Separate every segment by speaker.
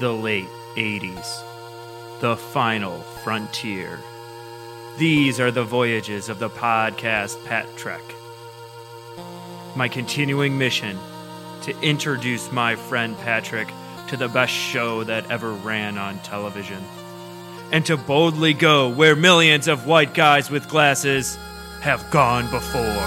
Speaker 1: the late 80s, the final frontier. These are the voyages of the podcast Pat Trek. My continuing mission to introduce my friend Patrick to the best show that ever ran on television, and to boldly go where millions of white guys with glasses have gone before.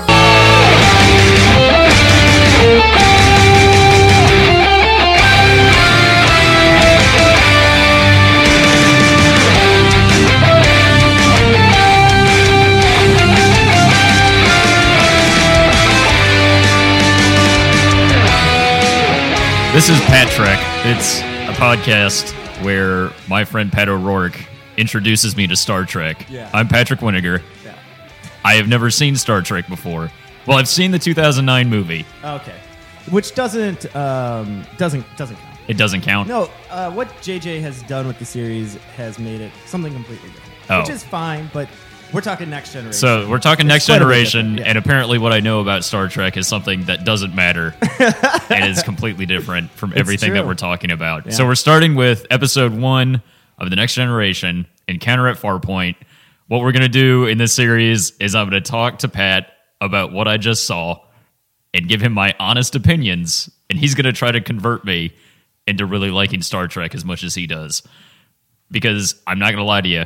Speaker 2: This is Pat Trek. It's a podcast where my friend Pat O'Rourke introduces me to Star Trek.
Speaker 3: Yeah.
Speaker 2: I'm Patrick Winiger.
Speaker 3: Yeah.
Speaker 2: I have never seen Star Trek before. Well, I've seen the 2009 movie.
Speaker 3: Okay. Which doesn't um, doesn't doesn't count.
Speaker 2: It doesn't count.
Speaker 3: No, uh, what JJ has done with the series has made it something completely different,
Speaker 2: Oh.
Speaker 3: which is fine. But we're talking next generation.
Speaker 2: So we're talking next
Speaker 3: quite a bit
Speaker 2: generation,
Speaker 3: different, yeah.
Speaker 2: and apparently, what I know about Star Trek is something that doesn't matter and is completely different from everything that
Speaker 3: true.
Speaker 2: we're talking about. So we're starting with episode one of the next generation, Encounter at Farpoint. What we're gonna do in this series is I'm gonna talk to Pat about what I just saw and give him my honest opinions, and he's gonna try to convert me into really liking Star Trek as much as he does because I'm not gonna lie to you,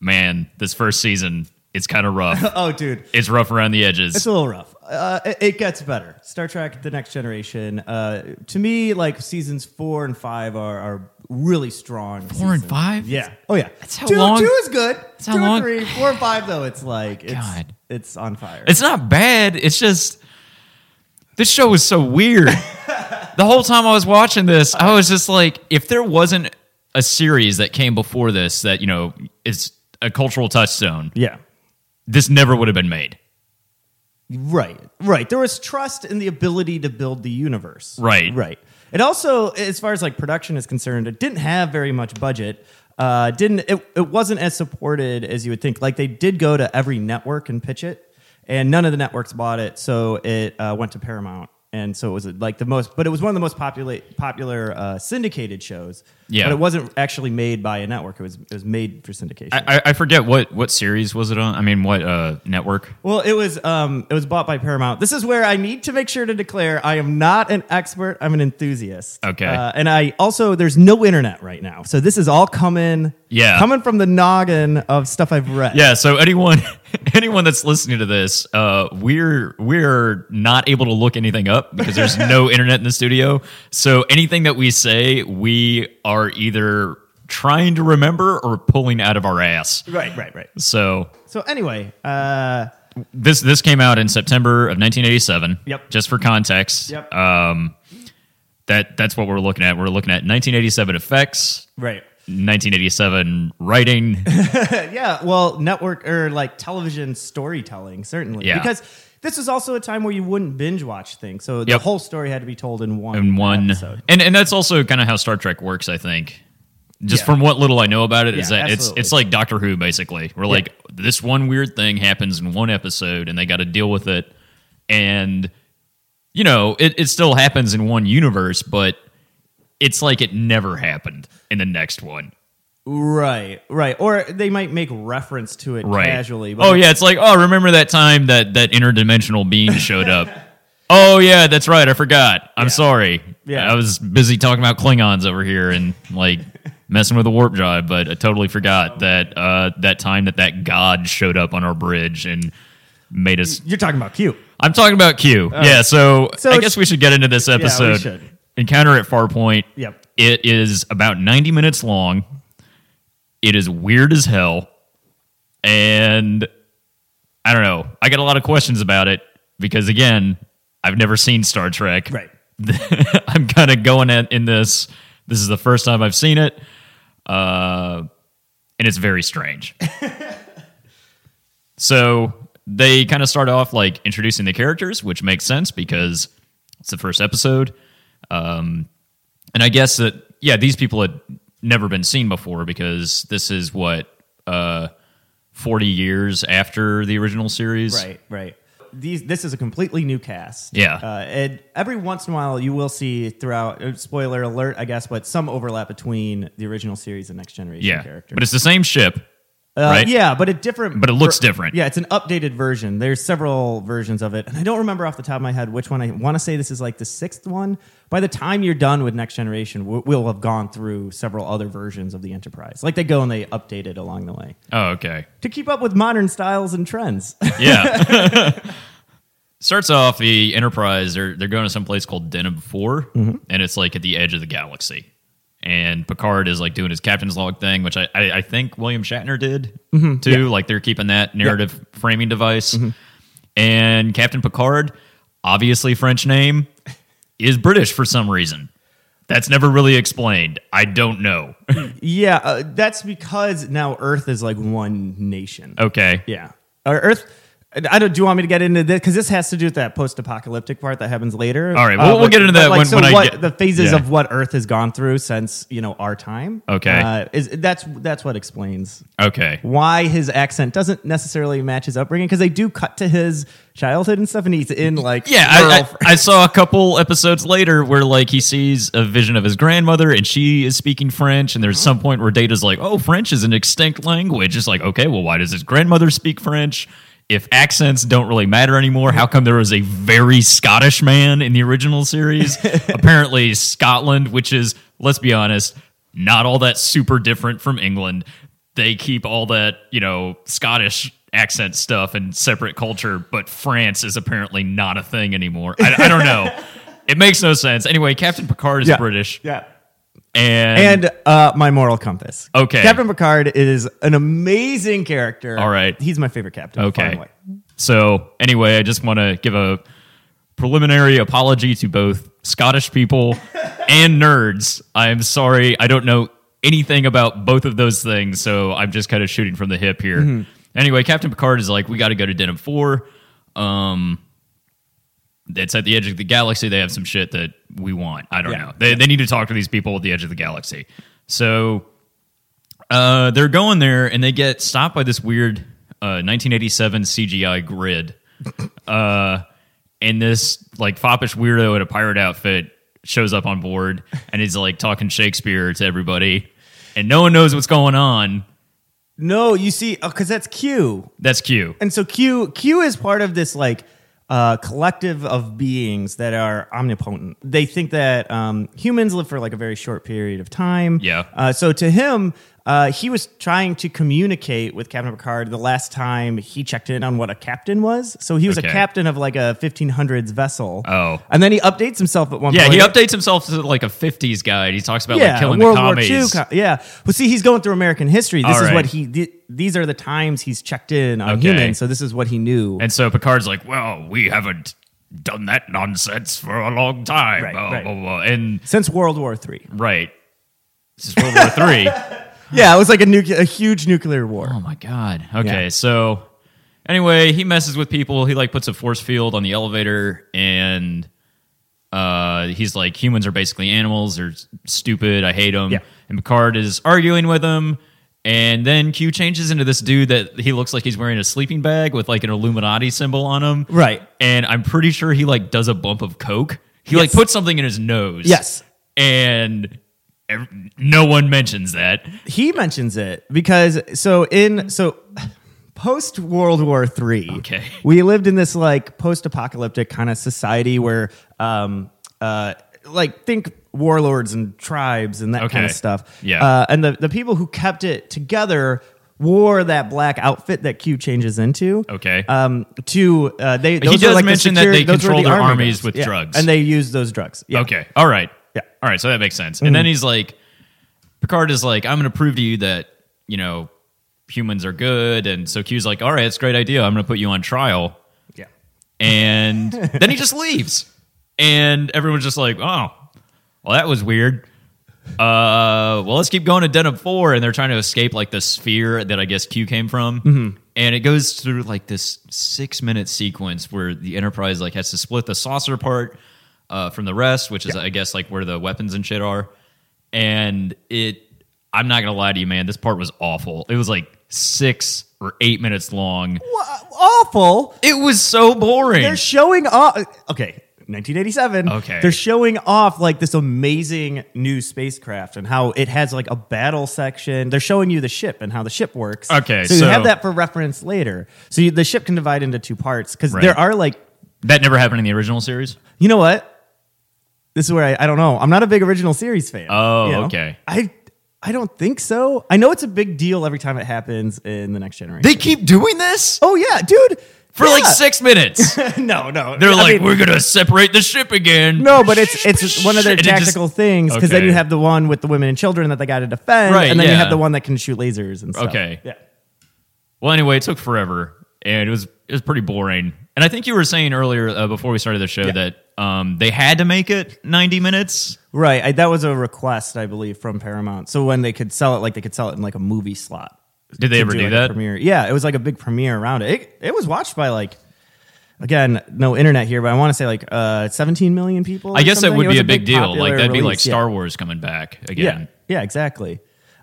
Speaker 2: man. This first season, it's kind of rough.
Speaker 3: oh, dude,
Speaker 2: it's rough around the edges.
Speaker 3: it's a little rough. Uh, it, it gets better. Star Trek: The Next Generation. Uh, to me, like seasons four and five are, are really strong.
Speaker 2: Four and
Speaker 3: seasons.
Speaker 2: five.
Speaker 3: Yeah. Oh yeah.
Speaker 2: That's how
Speaker 3: two,
Speaker 2: long-
Speaker 3: Two is good. That's two
Speaker 2: how long-
Speaker 3: and three, four and five though. It's like it's
Speaker 2: God.
Speaker 3: it's on fire.
Speaker 2: it's not bad. It's just this show was so weird. the whole time I was watching this, I was just like, if there wasn't a series that came before this that you know is a cultural touchstone,
Speaker 3: yeah.
Speaker 2: this never would have been made.
Speaker 3: Right, right. There was trust in the ability to build the universe.
Speaker 2: Right.
Speaker 3: right. It also, as far as like production is concerned, it didn't have very much budget. Uh, didn't it? It wasn't as supported as you would think. Like they did go to every network and pitch it, and none of the networks bought it, so it uh, went to Paramount, and so it was like the most. But it was one of the most popular popular uh, syndicated shows.
Speaker 2: Yeah.
Speaker 3: but it wasn't actually made by a network. It was it was made for syndication.
Speaker 2: I, I- I forget what what series was it on. I mean, what uh, network?
Speaker 3: Well, it was um, it was bought by Paramount. This is where I need to make sure to declare I am not an expert. I'm an enthusiast.
Speaker 2: Okay.
Speaker 3: Uh, and I also there's no internet right now, so this is all coming
Speaker 2: Yeah.
Speaker 3: coming from the noggin of stuff I've read.
Speaker 2: Yeah, so anyone anyone that's listening to this, uh, we're we're not able to look anything up because there's no internet in the studio. So anything that we say, we are either trying to remember or pulling out of our ass.
Speaker 3: Right. Right. Right.
Speaker 2: So
Speaker 3: So anyway, uh,
Speaker 2: this this came out in September of 1987.
Speaker 3: Yep.
Speaker 2: Just for context.
Speaker 3: Yep.
Speaker 2: Um, that that's what we're looking at. We're looking at 1987 effects,
Speaker 3: right.
Speaker 2: 1987 writing.
Speaker 3: Yeah, well, network or like television storytelling, certainly.
Speaker 2: Yeah.
Speaker 3: Because this was also a time where you wouldn't binge watch things. So the
Speaker 2: Yep.
Speaker 3: whole story had to be told in one
Speaker 2: in one
Speaker 3: episode.
Speaker 2: and and that's also kind of how star trek works i think just
Speaker 3: Yeah.
Speaker 2: from what little i know about it, is
Speaker 3: Yeah,
Speaker 2: that it's
Speaker 3: absolutely.
Speaker 2: it's like doctor who basically we're like this one weird thing happens in one episode and they got to deal with it and you know it, it still happens in one universe but it's like it never happened in the next one
Speaker 3: Right, right. Or they might make reference to it
Speaker 2: right
Speaker 3: casually.
Speaker 2: oh yeah it's like oh remember that time that that interdimensional being showed up oh yeah that's right i forgot i'm sorry
Speaker 3: Yeah.
Speaker 2: i was busy talking about klingons over here and like messing with the warp drive but i totally forgot that uh that time that that god showed up on our bridge and made us
Speaker 3: You're talking about Q.
Speaker 2: i'm talking about q yeah so,
Speaker 3: Oh. So
Speaker 2: i
Speaker 3: it's-
Speaker 2: guess we should get into this
Speaker 3: we
Speaker 2: episode
Speaker 3: should.
Speaker 2: encounter at farpoint
Speaker 3: Yep.
Speaker 2: it is about 90 minutes long. It is weird as hell. And I don't know. I got a lot of questions about it because, again, I've never seen Star Trek.
Speaker 3: Right.
Speaker 2: I'm kind of going in, in this. This is the first time I've seen it. Uh, and it's very strange. so they kind of start off like introducing the characters, which makes sense because it's the first episode. Um, and I guess that yeah, these people had never been seen before because this is what uh, forty years after the original series.
Speaker 3: Right, right. these this is a completely new cast.
Speaker 2: Yeah.
Speaker 3: Uh, and every once in a while, you will see throughout. uh, Spoiler alert, I guess, but some overlap between the original series and Next Generation
Speaker 2: yeah,
Speaker 3: characters.
Speaker 2: but it's the same ship,
Speaker 3: Uh,
Speaker 2: right?
Speaker 3: Yeah, but a different.
Speaker 2: But it looks different.
Speaker 3: Yeah, it's an updated version. There's several versions of it, and I don't remember off the top of my head which one. I want to say this is like the sixth one. By the time you're done with Next Generation, we- we'll have gone through several other versions of the Enterprise. Like they go and they update it along the way
Speaker 2: Oh, okay.
Speaker 3: to keep up with modern styles and trends.
Speaker 2: Yeah. Starts off the Enterprise. They're they're going to some place called Denham 4 and it's like at the edge of the galaxy. And Picard is like doing his captain's log thing, which I I, I think William Shatner did too. Like they're keeping that narrative framing device. And Captain Picard, obviously French name, is British for some reason. That's never really explained. I don't know.
Speaker 3: yeah, uh, that's because now Earth is like one nation.
Speaker 2: okay.
Speaker 3: Yeah. Or Earth. I don't. Do you want me to get into this? Because this has to do with that post-apocalyptic part that happens later. Uh,
Speaker 2: All right, we'll- we'll get into that
Speaker 3: like,
Speaker 2: when-
Speaker 3: so
Speaker 2: when I
Speaker 3: what
Speaker 2: get-
Speaker 3: the phases
Speaker 2: yeah.
Speaker 3: of what Earth has gone through since you know our time.
Speaker 2: Okay.
Speaker 3: uh, is that's that's what explains
Speaker 2: Okay.
Speaker 3: why his accent doesn't necessarily match his upbringing because they do cut to his childhood and stuff, and he's in like
Speaker 2: Yeah, I,
Speaker 3: rural-
Speaker 2: I, I saw a couple episodes later where like he sees a vision of his grandmother and she is speaking French, and there's some point where Data's like, "Oh, French is an extinct language." It's like, okay, well, why does his grandmother speak French? If accents don't really matter anymore, how come there was a very Scottish man in the original series? Apparently, Scotland, which is, let's be honest, not all that super different from England, they keep all that, you know, Scottish accent stuff and separate culture, but France is apparently not a thing anymore. I, I don't know. It makes no sense. Anyway, Captain Picard is
Speaker 3: Yeah.
Speaker 2: British.
Speaker 3: yeah.
Speaker 2: And,
Speaker 3: and uh, my moral compass.
Speaker 2: Okay.
Speaker 3: Captain Picard is an amazing character.
Speaker 2: All right.
Speaker 3: he's my favorite captain. far and
Speaker 2: okay.
Speaker 3: away.
Speaker 2: So, anyway, I just want to give a preliminary apology to both Scottish people and nerds. I'm sorry. I don't know anything about both of those things. So, I'm just kind of shooting from the hip here. Anyway, Captain Picard is like, we got to go to Denim 4. Um, it's at the edge of the galaxy. They have some shit that we want. I don't
Speaker 3: Yeah.
Speaker 2: know. They, they need to talk to these people at the edge of the galaxy. So uh, they're going there and they get stopped by this weird uh, 1987 CGI grid. Uh, and this like foppish weirdo in a pirate outfit shows up on board and he's like talking Shakespeare to everybody. And no one knows what's going on.
Speaker 3: No, you see, because that's Q.
Speaker 2: That's Q.
Speaker 3: and so Q Q is part of this like uh, collective of beings that are omnipotent. They think that um, humans live for like a very short period of time.
Speaker 2: Yeah.
Speaker 3: Uh, so to him, uh, he was trying to communicate with Captain Picard the last time he checked in on what a captain was. So he was
Speaker 2: Okay.
Speaker 3: a captain of like a 1500s vessel.
Speaker 2: Oh.
Speaker 3: And then he updates himself at one
Speaker 2: Yeah,
Speaker 3: point.
Speaker 2: he updates himself to like a 50s guy and he talks about like killing
Speaker 3: World
Speaker 2: the
Speaker 3: War
Speaker 2: commies.
Speaker 3: II co- yeah. Well, see, he's going through American history. This
Speaker 2: All
Speaker 3: is
Speaker 2: right.
Speaker 3: what he. Th- these are the times he's checked in on
Speaker 2: Okay.
Speaker 3: humans. So this is what he knew.
Speaker 2: And so Picard's like, "Well, we haven't done that nonsense for a long time."
Speaker 3: Right,
Speaker 2: blah,
Speaker 3: right.
Speaker 2: blah, blah. And
Speaker 3: since World War Three.
Speaker 2: right, this is World War Three.
Speaker 3: Yeah, it was like a nucle- a huge nuclear war.
Speaker 2: Oh my god. Okay,
Speaker 3: Yeah.
Speaker 2: so anyway, he messes with people. He like puts a force field on the elevator, and uh, he's like, "Humans are basically animals. They're s- stupid. I hate them."
Speaker 3: Yeah.
Speaker 2: And Picard is arguing with him. And then Q changes into this dude that he looks like he's wearing a sleeping bag with like an Illuminati symbol on him.
Speaker 3: Right.
Speaker 2: And I'm pretty sure he like does a bump of coke. He like
Speaker 3: Yes.
Speaker 2: puts something in his nose.
Speaker 3: Yes.
Speaker 2: And ev- no one mentions that.
Speaker 3: He mentions it because so in so post World War Three,
Speaker 2: Okay.
Speaker 3: we lived in this like post apocalyptic kind of society where um uh like think warlords and tribes and that kind of
Speaker 2: Okay.
Speaker 3: stuff.
Speaker 2: Yeah.
Speaker 3: Uh, and the, the people who kept it together wore that black outfit that Q changes into.
Speaker 2: Okay.
Speaker 3: Um, to uh, they those
Speaker 2: he
Speaker 3: were,
Speaker 2: does
Speaker 3: like the
Speaker 2: mention that
Speaker 3: secure-
Speaker 2: they
Speaker 3: those were
Speaker 2: control
Speaker 3: the
Speaker 2: their
Speaker 3: army
Speaker 2: armies
Speaker 3: guys.
Speaker 2: with
Speaker 3: Yeah.
Speaker 2: drugs.
Speaker 3: and they use those drugs. Yeah.
Speaker 2: Okay. All right.
Speaker 3: Yeah. Mm-hmm.
Speaker 2: All right. So that makes sense. And then he's like, Picard is like, I'm going to prove to you that, you know, humans are good. And so Q's like, all right, it's a great idea. I'm going to put you on trial.
Speaker 3: Yeah.
Speaker 2: And then he just leaves. And everyone's just like, oh, well, that was weird. Uh, well, let's keep going to Denham 4. And they're trying to escape like the sphere that I guess Q came from. And it goes through like this six minute sequence where the Enterprise like has to split the saucer part uh, from the rest, which is, I guess, like where the weapons and shit are. And it, I'm not going to lie to you, man, this part was awful. It was like six or eight minutes long.
Speaker 3: Wha- awful.
Speaker 2: It was so boring.
Speaker 3: They're showing off. Okay. 1987.
Speaker 2: Okay.
Speaker 3: They're showing off like this amazing new spacecraft and how it has like a battle section. They're showing you the ship and how the ship works.
Speaker 2: Okay,
Speaker 3: So, you
Speaker 2: so-
Speaker 3: have that for reference later. So you, the ship can divide into two parts because
Speaker 2: Right.
Speaker 3: there are like,
Speaker 2: that never happened in the original series.
Speaker 3: you know what? This is where I, I don't know. I'm not a big original series fan.
Speaker 2: Oh,
Speaker 3: you know?
Speaker 2: okay.
Speaker 3: I I don't think so. I know it's a big deal every time it happens in the next generation.
Speaker 2: They keep doing this
Speaker 3: oh yeah, dude.
Speaker 2: for like
Speaker 3: Yeah.
Speaker 2: six minutes. They're
Speaker 3: no, no. I
Speaker 2: like,
Speaker 3: mean-
Speaker 2: we're gonna separate the ship again.
Speaker 3: No, but it's it's one of their
Speaker 2: And it just-
Speaker 3: tactical things because then
Speaker 2: Okay.
Speaker 3: you have the one with the women and children that they got to defend,
Speaker 2: Right,
Speaker 3: and then you
Speaker 2: yeah.
Speaker 3: have the one that can shoot lasers and stuff.
Speaker 2: Okay.
Speaker 3: yeah,
Speaker 2: Well, anyway, it took forever, and it was it was pretty boring. And I think you were saying earlier uh, before we started the show that um, they had to make it ninety minutes.
Speaker 3: right. I, that was a request, I believe, from Paramount. So when they could sell it, like they could sell it in like a movie slot.
Speaker 2: Did they
Speaker 3: to
Speaker 2: ever do
Speaker 3: like, a
Speaker 2: that?
Speaker 3: Premiere. Yeah, it was like a big premiere around it. It, it was watched by like. Again, no internet here, but I want to say like uh, 17 million people.
Speaker 2: I
Speaker 3: or
Speaker 2: guess that
Speaker 3: something.
Speaker 2: would
Speaker 3: It
Speaker 2: be
Speaker 3: was
Speaker 2: a big deal. Like
Speaker 3: popular
Speaker 2: that'd be like
Speaker 3: release, yeah.
Speaker 2: Star Wars coming back
Speaker 3: Yeah,
Speaker 2: again.
Speaker 3: yeah, exactly.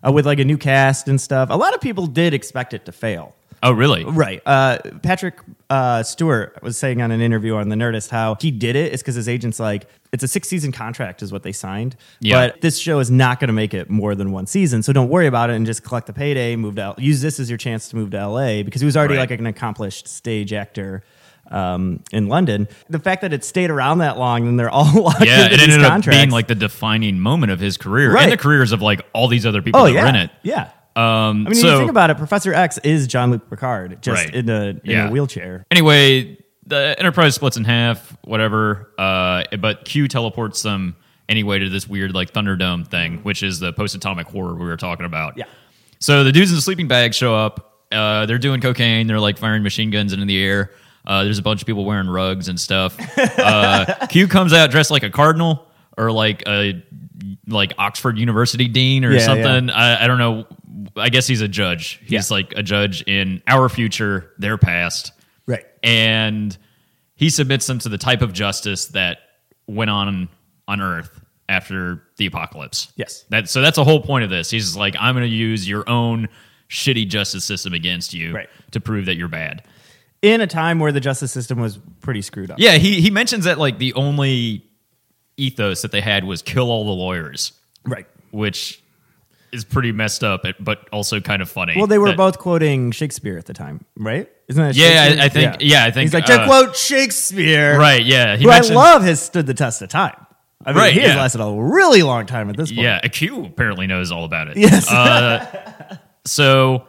Speaker 3: Uh, with like a new cast and stuff. A lot of people did expect it to fail.
Speaker 2: Oh, really?
Speaker 3: Right. Uh, Patrick uh, Stewart was saying on an interview on The Nerdist how he did it is because his agent's like, it's a six season contract, is what they signed.
Speaker 2: Yeah.
Speaker 3: But this show is not going to make it more than one season. So don't worry about it and just collect the payday, move to L- use this as your chance to move to LA because he was already
Speaker 2: Right.
Speaker 3: like an accomplished stage actor. Um, in London, the fact that it stayed around that long, then they're all locked
Speaker 2: Yeah,
Speaker 3: into
Speaker 2: it
Speaker 3: these
Speaker 2: ended up
Speaker 3: contracts.
Speaker 2: being like the defining moment of his career
Speaker 3: Right.
Speaker 2: and the careers of like all these other people
Speaker 3: oh
Speaker 2: that
Speaker 3: yeah,
Speaker 2: were in it.
Speaker 3: yeah.
Speaker 2: Um,
Speaker 3: I mean, if
Speaker 2: so
Speaker 3: you think about it, Professor X is John Luke Picard, just
Speaker 2: Right.
Speaker 3: in a in
Speaker 2: Yeah.
Speaker 3: a wheelchair.
Speaker 2: anyway, the Enterprise splits in half, whatever. Uh, but Q teleports them anyway to this weird like Thunderdome thing, which is the post-atomic horror we were talking about.
Speaker 3: Yeah.
Speaker 2: So the dudes in the sleeping bag show up. Uh, they're doing cocaine. They're like firing machine guns into the air. Uh, there's a bunch of people wearing rugs and stuff. Uh, Q comes out dressed like a cardinal or like a like Oxford University dean or
Speaker 3: Yeah,
Speaker 2: something. I, I don't know. I guess he's a judge. He's
Speaker 3: Yeah.
Speaker 2: like a judge in our future, their past
Speaker 3: Right.
Speaker 2: and he submits them to the type of justice that went on on Earth after the apocalypse.
Speaker 3: Yes.
Speaker 2: That so that's the whole point of this. He's just like, I'm going to use your own shitty justice system against you
Speaker 3: Right.
Speaker 2: to prove that you're bad.
Speaker 3: in a time where the justice system was pretty screwed up.
Speaker 2: Yeah, he he mentions that like the only ethos that they had was kill all the lawyers,
Speaker 3: Right.
Speaker 2: which is pretty messed up, but also kind of funny.
Speaker 3: Well, they were
Speaker 2: that-
Speaker 3: both quoting Shakespeare at the time, right? Isn't that?
Speaker 2: Yeah,
Speaker 3: Shakespeare?
Speaker 2: I- I think- yeah, I think,
Speaker 3: he's like to
Speaker 2: uh,
Speaker 3: quote Shakespeare,
Speaker 2: right. Yeah, he
Speaker 3: Who I
Speaker 2: mentioned-
Speaker 3: love has stood the test of time. I mean,
Speaker 2: Right,
Speaker 3: he has
Speaker 2: yeah.
Speaker 3: lasted a really long time at this point.
Speaker 2: Yeah, Uh, Q apparently knows all about it.
Speaker 3: Yes.
Speaker 2: So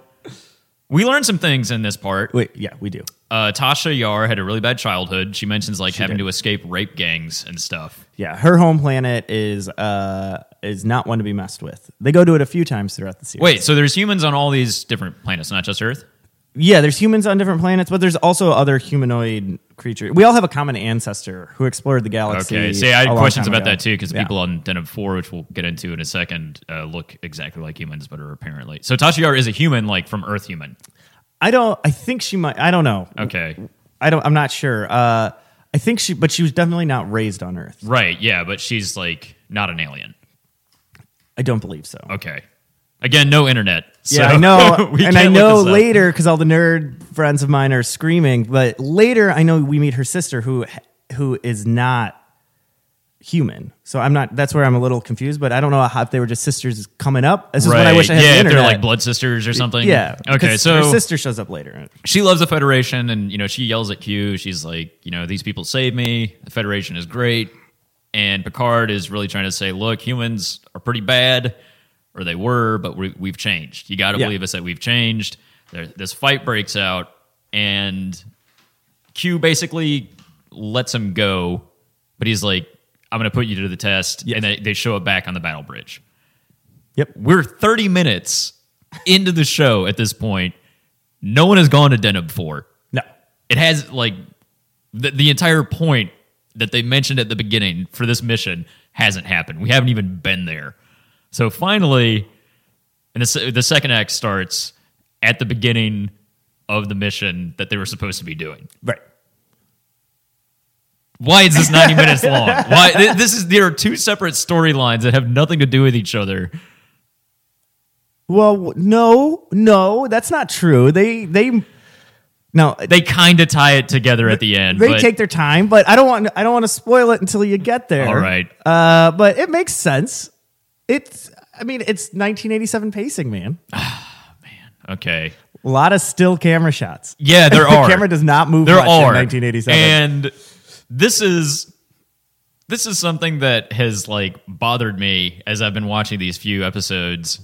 Speaker 2: we learned some things in this part.
Speaker 3: Wait. Yeah, we do.
Speaker 2: Uh, Tasha Yar had a really bad childhood. She mentions like having
Speaker 3: did.
Speaker 2: to escape rape gangs and stuff.
Speaker 3: Yeah, her home planet is uh is not one to be messed with. They go to it a few times throughout the series.
Speaker 2: Wait, so there's humans on all these different planets, not just Earth?
Speaker 3: Yeah, there's humans on different planets, but there's also other humanoid creatures. We all have a common ancestor who explored the galaxy.
Speaker 2: Okay. See, I
Speaker 3: a
Speaker 2: had
Speaker 3: long
Speaker 2: questions
Speaker 3: time
Speaker 2: about
Speaker 3: ago.
Speaker 2: that too because
Speaker 3: Yeah.
Speaker 2: people on Denim 4, which we'll get into in a second, uh, look exactly like humans but are apparently. So Tasha Yar is a human, like from Earth human.
Speaker 3: I don't. I think she might. I don't know.
Speaker 2: Okay.
Speaker 3: I don't. I'm not sure. Uh, I think she, but she was definitely not raised on Earth.
Speaker 2: Right. Yeah, but she's like not an alien.
Speaker 3: I don't believe so.
Speaker 2: Okay. Again, no internet.
Speaker 3: Yeah,
Speaker 2: so
Speaker 3: I know,
Speaker 2: we
Speaker 3: and I
Speaker 2: can't look
Speaker 3: know
Speaker 2: this up.
Speaker 3: later because all the nerd friends of mine are screaming. But later, I know we meet her sister who who is not human. So I'm not. That's where I'm a little confused. But I don't know how, if they were just sisters coming up. This is what I wish I had.
Speaker 2: yeah,
Speaker 3: the
Speaker 2: if
Speaker 3: internet.
Speaker 2: they're like blood sisters or something.
Speaker 3: Yeah.
Speaker 2: Okay,
Speaker 3: 'cause her
Speaker 2: so
Speaker 3: sister shows up later.
Speaker 2: she loves the Federation, and you know she yells at Q. She's like, you know, these people save me. The Federation is great, and Picard is really trying to say, look, humans are pretty bad, or they were, but we, we've changed. You got to
Speaker 3: Yeah.
Speaker 2: believe us that we've changed. There, this fight breaks out, and Q basically lets him go, but he's like, I'm going to put you to the test, and they, they show it back on the battle bridge.
Speaker 3: Yep.
Speaker 2: We're 30 minutes into the show at this point. No one has gone to Denham 4.
Speaker 3: No.
Speaker 2: It has, like, the, the entire point that they mentioned at the beginning for this mission hasn't happened. We haven't even been there. So finally, and the, se- the second act starts at the beginning of the mission that they were supposed to be doing.
Speaker 3: Right.
Speaker 2: Why is this 90 minutes long? Why th- this is there are two separate storylines that have nothing to do with each other.
Speaker 3: Well, w- no, no, that's not true. They they no,
Speaker 2: They kind of tie it together at the end.
Speaker 3: they
Speaker 2: but
Speaker 3: take their time, but I don't want I don't want to spoil it until you get there.
Speaker 2: All right.
Speaker 3: Uh, but it makes sense. It's I mean, it's 1987 pacing, man.
Speaker 2: okay.
Speaker 3: A lot of still camera shots.
Speaker 2: Yeah, there
Speaker 3: the
Speaker 2: are.
Speaker 3: camera does not move
Speaker 2: there
Speaker 3: much
Speaker 2: are
Speaker 3: in 1987.
Speaker 2: and this is this is something that has like bothered me as i've been watching these few episodes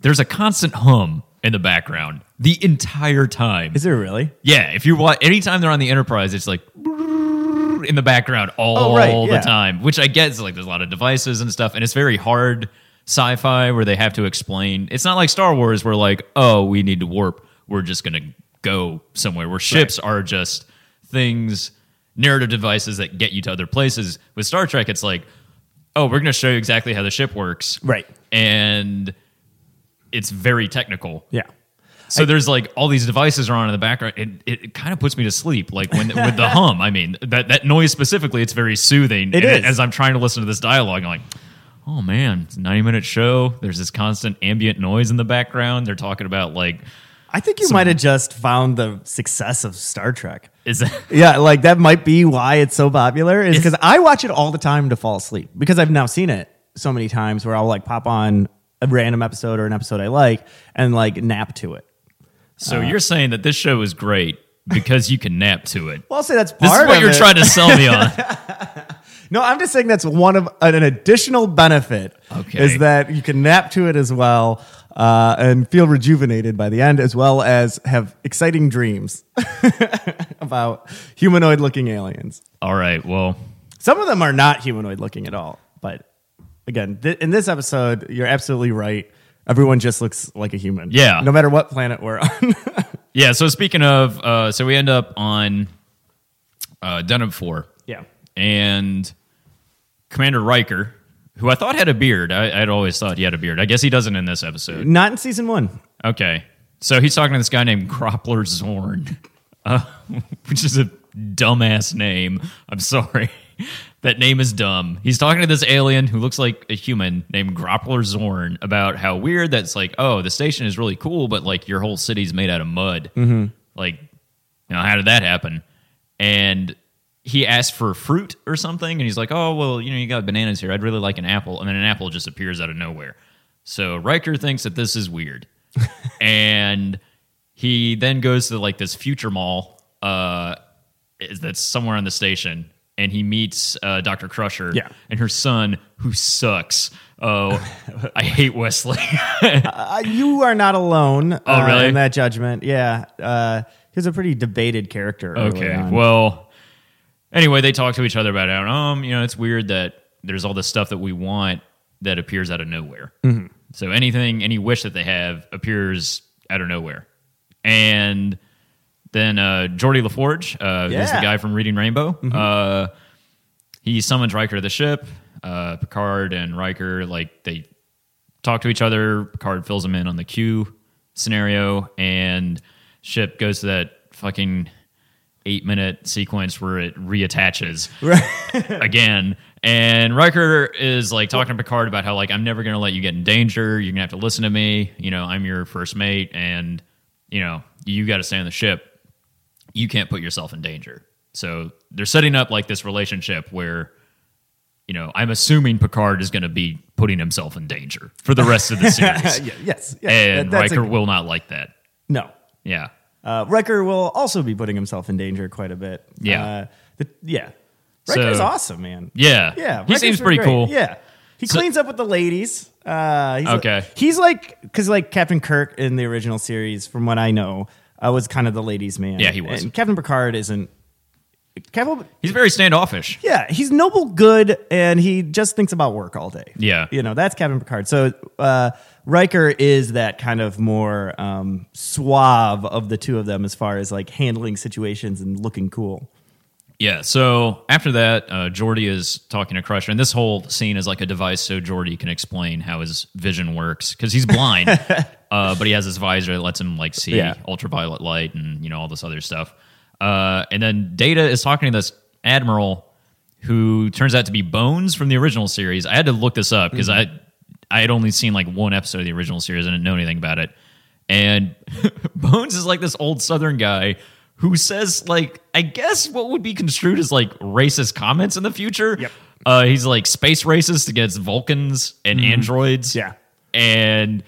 Speaker 2: there's a constant hum in the background the entire time
Speaker 3: Is there really?
Speaker 2: yeah if you watch anytime they're on the enterprise it's like in the background all
Speaker 3: Oh, right,
Speaker 2: the
Speaker 3: yeah.
Speaker 2: time which i get is like there's a lot of devices and stuff and it's very hard sci-fi where they have to explain it's not like star wars where like oh we need to warp we're just gonna go somewhere where ships are just things narrative devices that get you to other places with star trek it's like oh we're gonna show you exactly how the ship works
Speaker 3: Right.
Speaker 2: and it's very technical
Speaker 3: Yeah.
Speaker 2: so there's like all these devices are on in the background. and it, it kind of puts me to sleep, like when with the hum. I mean, that that noise specifically, it's very soothing.
Speaker 3: It
Speaker 2: And
Speaker 3: is.
Speaker 2: as I'm trying to listen to this dialogue, I'm like, oh man, it's a 90 minute show. There's this constant ambient noise in the background. They're talking about like,
Speaker 3: I think you might have just found the success of Star Trek.
Speaker 2: is that
Speaker 3: Yeah, like that might be why it's so popular is because I watch it all the time to fall asleep because I've now seen it so many times where I'll like pop on a random episode or an episode I like and like nap to it. Uh.
Speaker 2: so? you're saying that this show is great because you can nap to it.
Speaker 3: Well, I'll say that's part
Speaker 2: This is what
Speaker 3: of
Speaker 2: you're
Speaker 3: it.
Speaker 2: trying to sell me on.
Speaker 3: No, I'm just saying that's one of an additional benefit
Speaker 2: Okay.
Speaker 3: is that you can nap to it as well uh, and feel rejuvenated by the end, as well as have exciting dreams about humanoid looking aliens.
Speaker 2: all right, well,
Speaker 3: Some of them are not humanoid looking at all. But again, th- in this episode, you're absolutely right. Everyone just looks like a human.
Speaker 2: Yeah.
Speaker 3: No matter what planet we're on.
Speaker 2: yeah. So speaking of, uh, so we end up on uh, Dunham Four.
Speaker 3: yeah.
Speaker 2: and Commander Riker, who I thought had a beard. I, I'd always thought he had a beard. I guess he doesn't in this episode.
Speaker 3: Not in season one.
Speaker 2: Okay. So he's talking to this guy named Cropler Zorn, uh, which is a dumbass name. I'm sorry. That name is dumb. He's talking to this alien who looks like a human named Groppler Zorn about how weird that's like, oh, the station is really cool, but like your whole city's made out of mud. Like, you know, how did that happen? And he asked for fruit or something, and he's like, oh, well, you know, you got bananas here. I'd really like an apple. And then an apple just appears out of nowhere. So Riker thinks that this is weird. and he then goes to like this future mall uh, is- that's somewhere on the station. And he meets uh, Dr. Crusher
Speaker 3: Yeah.
Speaker 2: and her son, who sucks. Oh, I hate Wesley.
Speaker 3: Uh, you are not alone oh,
Speaker 2: really?
Speaker 3: in that judgment. Yeah. Uh, he was a pretty debated character. early
Speaker 2: Okay.
Speaker 3: on.
Speaker 2: Well, anyway, they talk to each other about it. Um, you know, it's weird that there's all this stuff that we want that appears out of nowhere.
Speaker 3: Mm-hmm.
Speaker 2: So anything, any wish that they have appears out of nowhere. And then uh, Jordy LaForge, uh, who's the
Speaker 3: Yeah.
Speaker 2: guy from Reading Rainbow, uh, he summons Riker to the ship. Uh, Picard and Riker, like, they talk to each other. Picard fills them in on the Q scenario, and ship goes to that fucking eight minute sequence where it reattaches again. And Riker is like talking to Picard about how like I'm never gonna let you get in danger. You're gonna have to listen to me. You know, I'm your first mate, and you know you got to stay on the ship. You can't put yourself in danger. So they're setting up like this relationship where you know, I'm assuming Picard is going to be putting himself in danger for the rest of the series.
Speaker 3: Yeah, yes. yes.
Speaker 2: And
Speaker 3: That- that's a-
Speaker 2: Riker will not like that.
Speaker 3: no.
Speaker 2: Yeah.
Speaker 3: Uh, Riker will also be putting himself in danger quite a bit.
Speaker 2: Yeah.
Speaker 3: Uh, the, yeah.
Speaker 2: So-
Speaker 3: Riker's awesome, man.
Speaker 2: Yeah.
Speaker 3: Yeah,
Speaker 2: He
Speaker 3: Riker's
Speaker 2: seems
Speaker 3: been
Speaker 2: pretty
Speaker 3: great.
Speaker 2: cool.
Speaker 3: Yeah, he
Speaker 2: So-
Speaker 3: cleans up with the ladies. Uh, he's like-
Speaker 2: Okay.
Speaker 3: he's like because like Captain Kirk in the original series, from what I know, uh, was kind of the ladies' man.
Speaker 2: Yeah, he was.
Speaker 3: And Captain Picard isn't. Captain,
Speaker 2: He's very standoffish.
Speaker 3: yeah, he's noble good, and he just thinks about work all day.
Speaker 2: Yeah.
Speaker 3: you know that's Captain Picard. So uh, Riker is that kind of more um, suave of the two of them as far as like handling situations and looking cool.
Speaker 2: Yeah. So after that, uh, Jordy is talking to Crusher, and this whole scene is like a device so Jordy can explain how his vision works because he's blind, uh, but he has this visor that lets him like see
Speaker 3: Yeah.
Speaker 2: ultraviolet light and you know all this other stuff. Uh, and then Data is talking to this
Speaker 1: Mm-hmm.
Speaker 2: admiral who turns out to be Bones from the original series. I had to look this up because I I had only seen like one episode of the original series. I didn't know anything about it. And Bones is like this old Southern guy who says like I guess what would be construed as like racist comments in the future.
Speaker 1: Yep.
Speaker 2: Uh, he's like space racist against Vulcans and androids.
Speaker 1: Mm-hmm. Yeah.
Speaker 2: And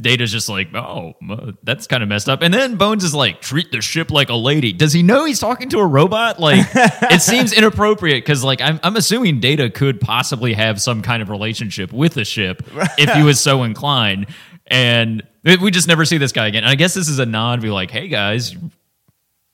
Speaker 2: Data's just like, oh, m- that's kind of messed up. And then Bones is like, treat the ship like a lady. Does he know he's talking to a robot? Like, it seems inappropriate because, like, I'm, I'm assuming Data could possibly have some kind of relationship with the ship if he was so inclined. And it- we just never see this guy again. And I guess this is a nod, be like, hey guys,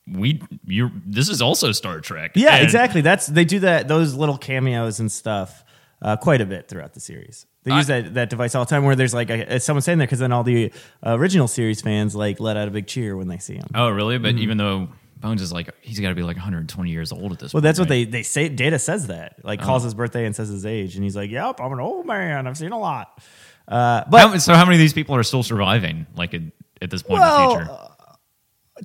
Speaker 2: we you this is also Star Trek.
Speaker 3: Yeah,
Speaker 2: And-
Speaker 3: exactly. That's they do that those little cameos and stuff uh, quite a bit throughout the series. They use that, that device all the time where there's like a, someone saying that because then all the uh, original series fans like let out a big cheer when they see him.
Speaker 2: Oh, really? But
Speaker 3: Mm-hmm.
Speaker 2: even though Bones is like, he's got to be like 120 years old at this
Speaker 3: Well,
Speaker 2: point.
Speaker 3: that's what
Speaker 2: right? Uh-huh.
Speaker 3: they, they say. Data says that like calls his birthday and says his age, and he's like, "Yep, I'm an old man. I've seen a lot." Uh, but
Speaker 2: How- so how many of these people are still surviving? Like at, at this point
Speaker 3: Well,
Speaker 2: in
Speaker 3: uh,
Speaker 2: the future,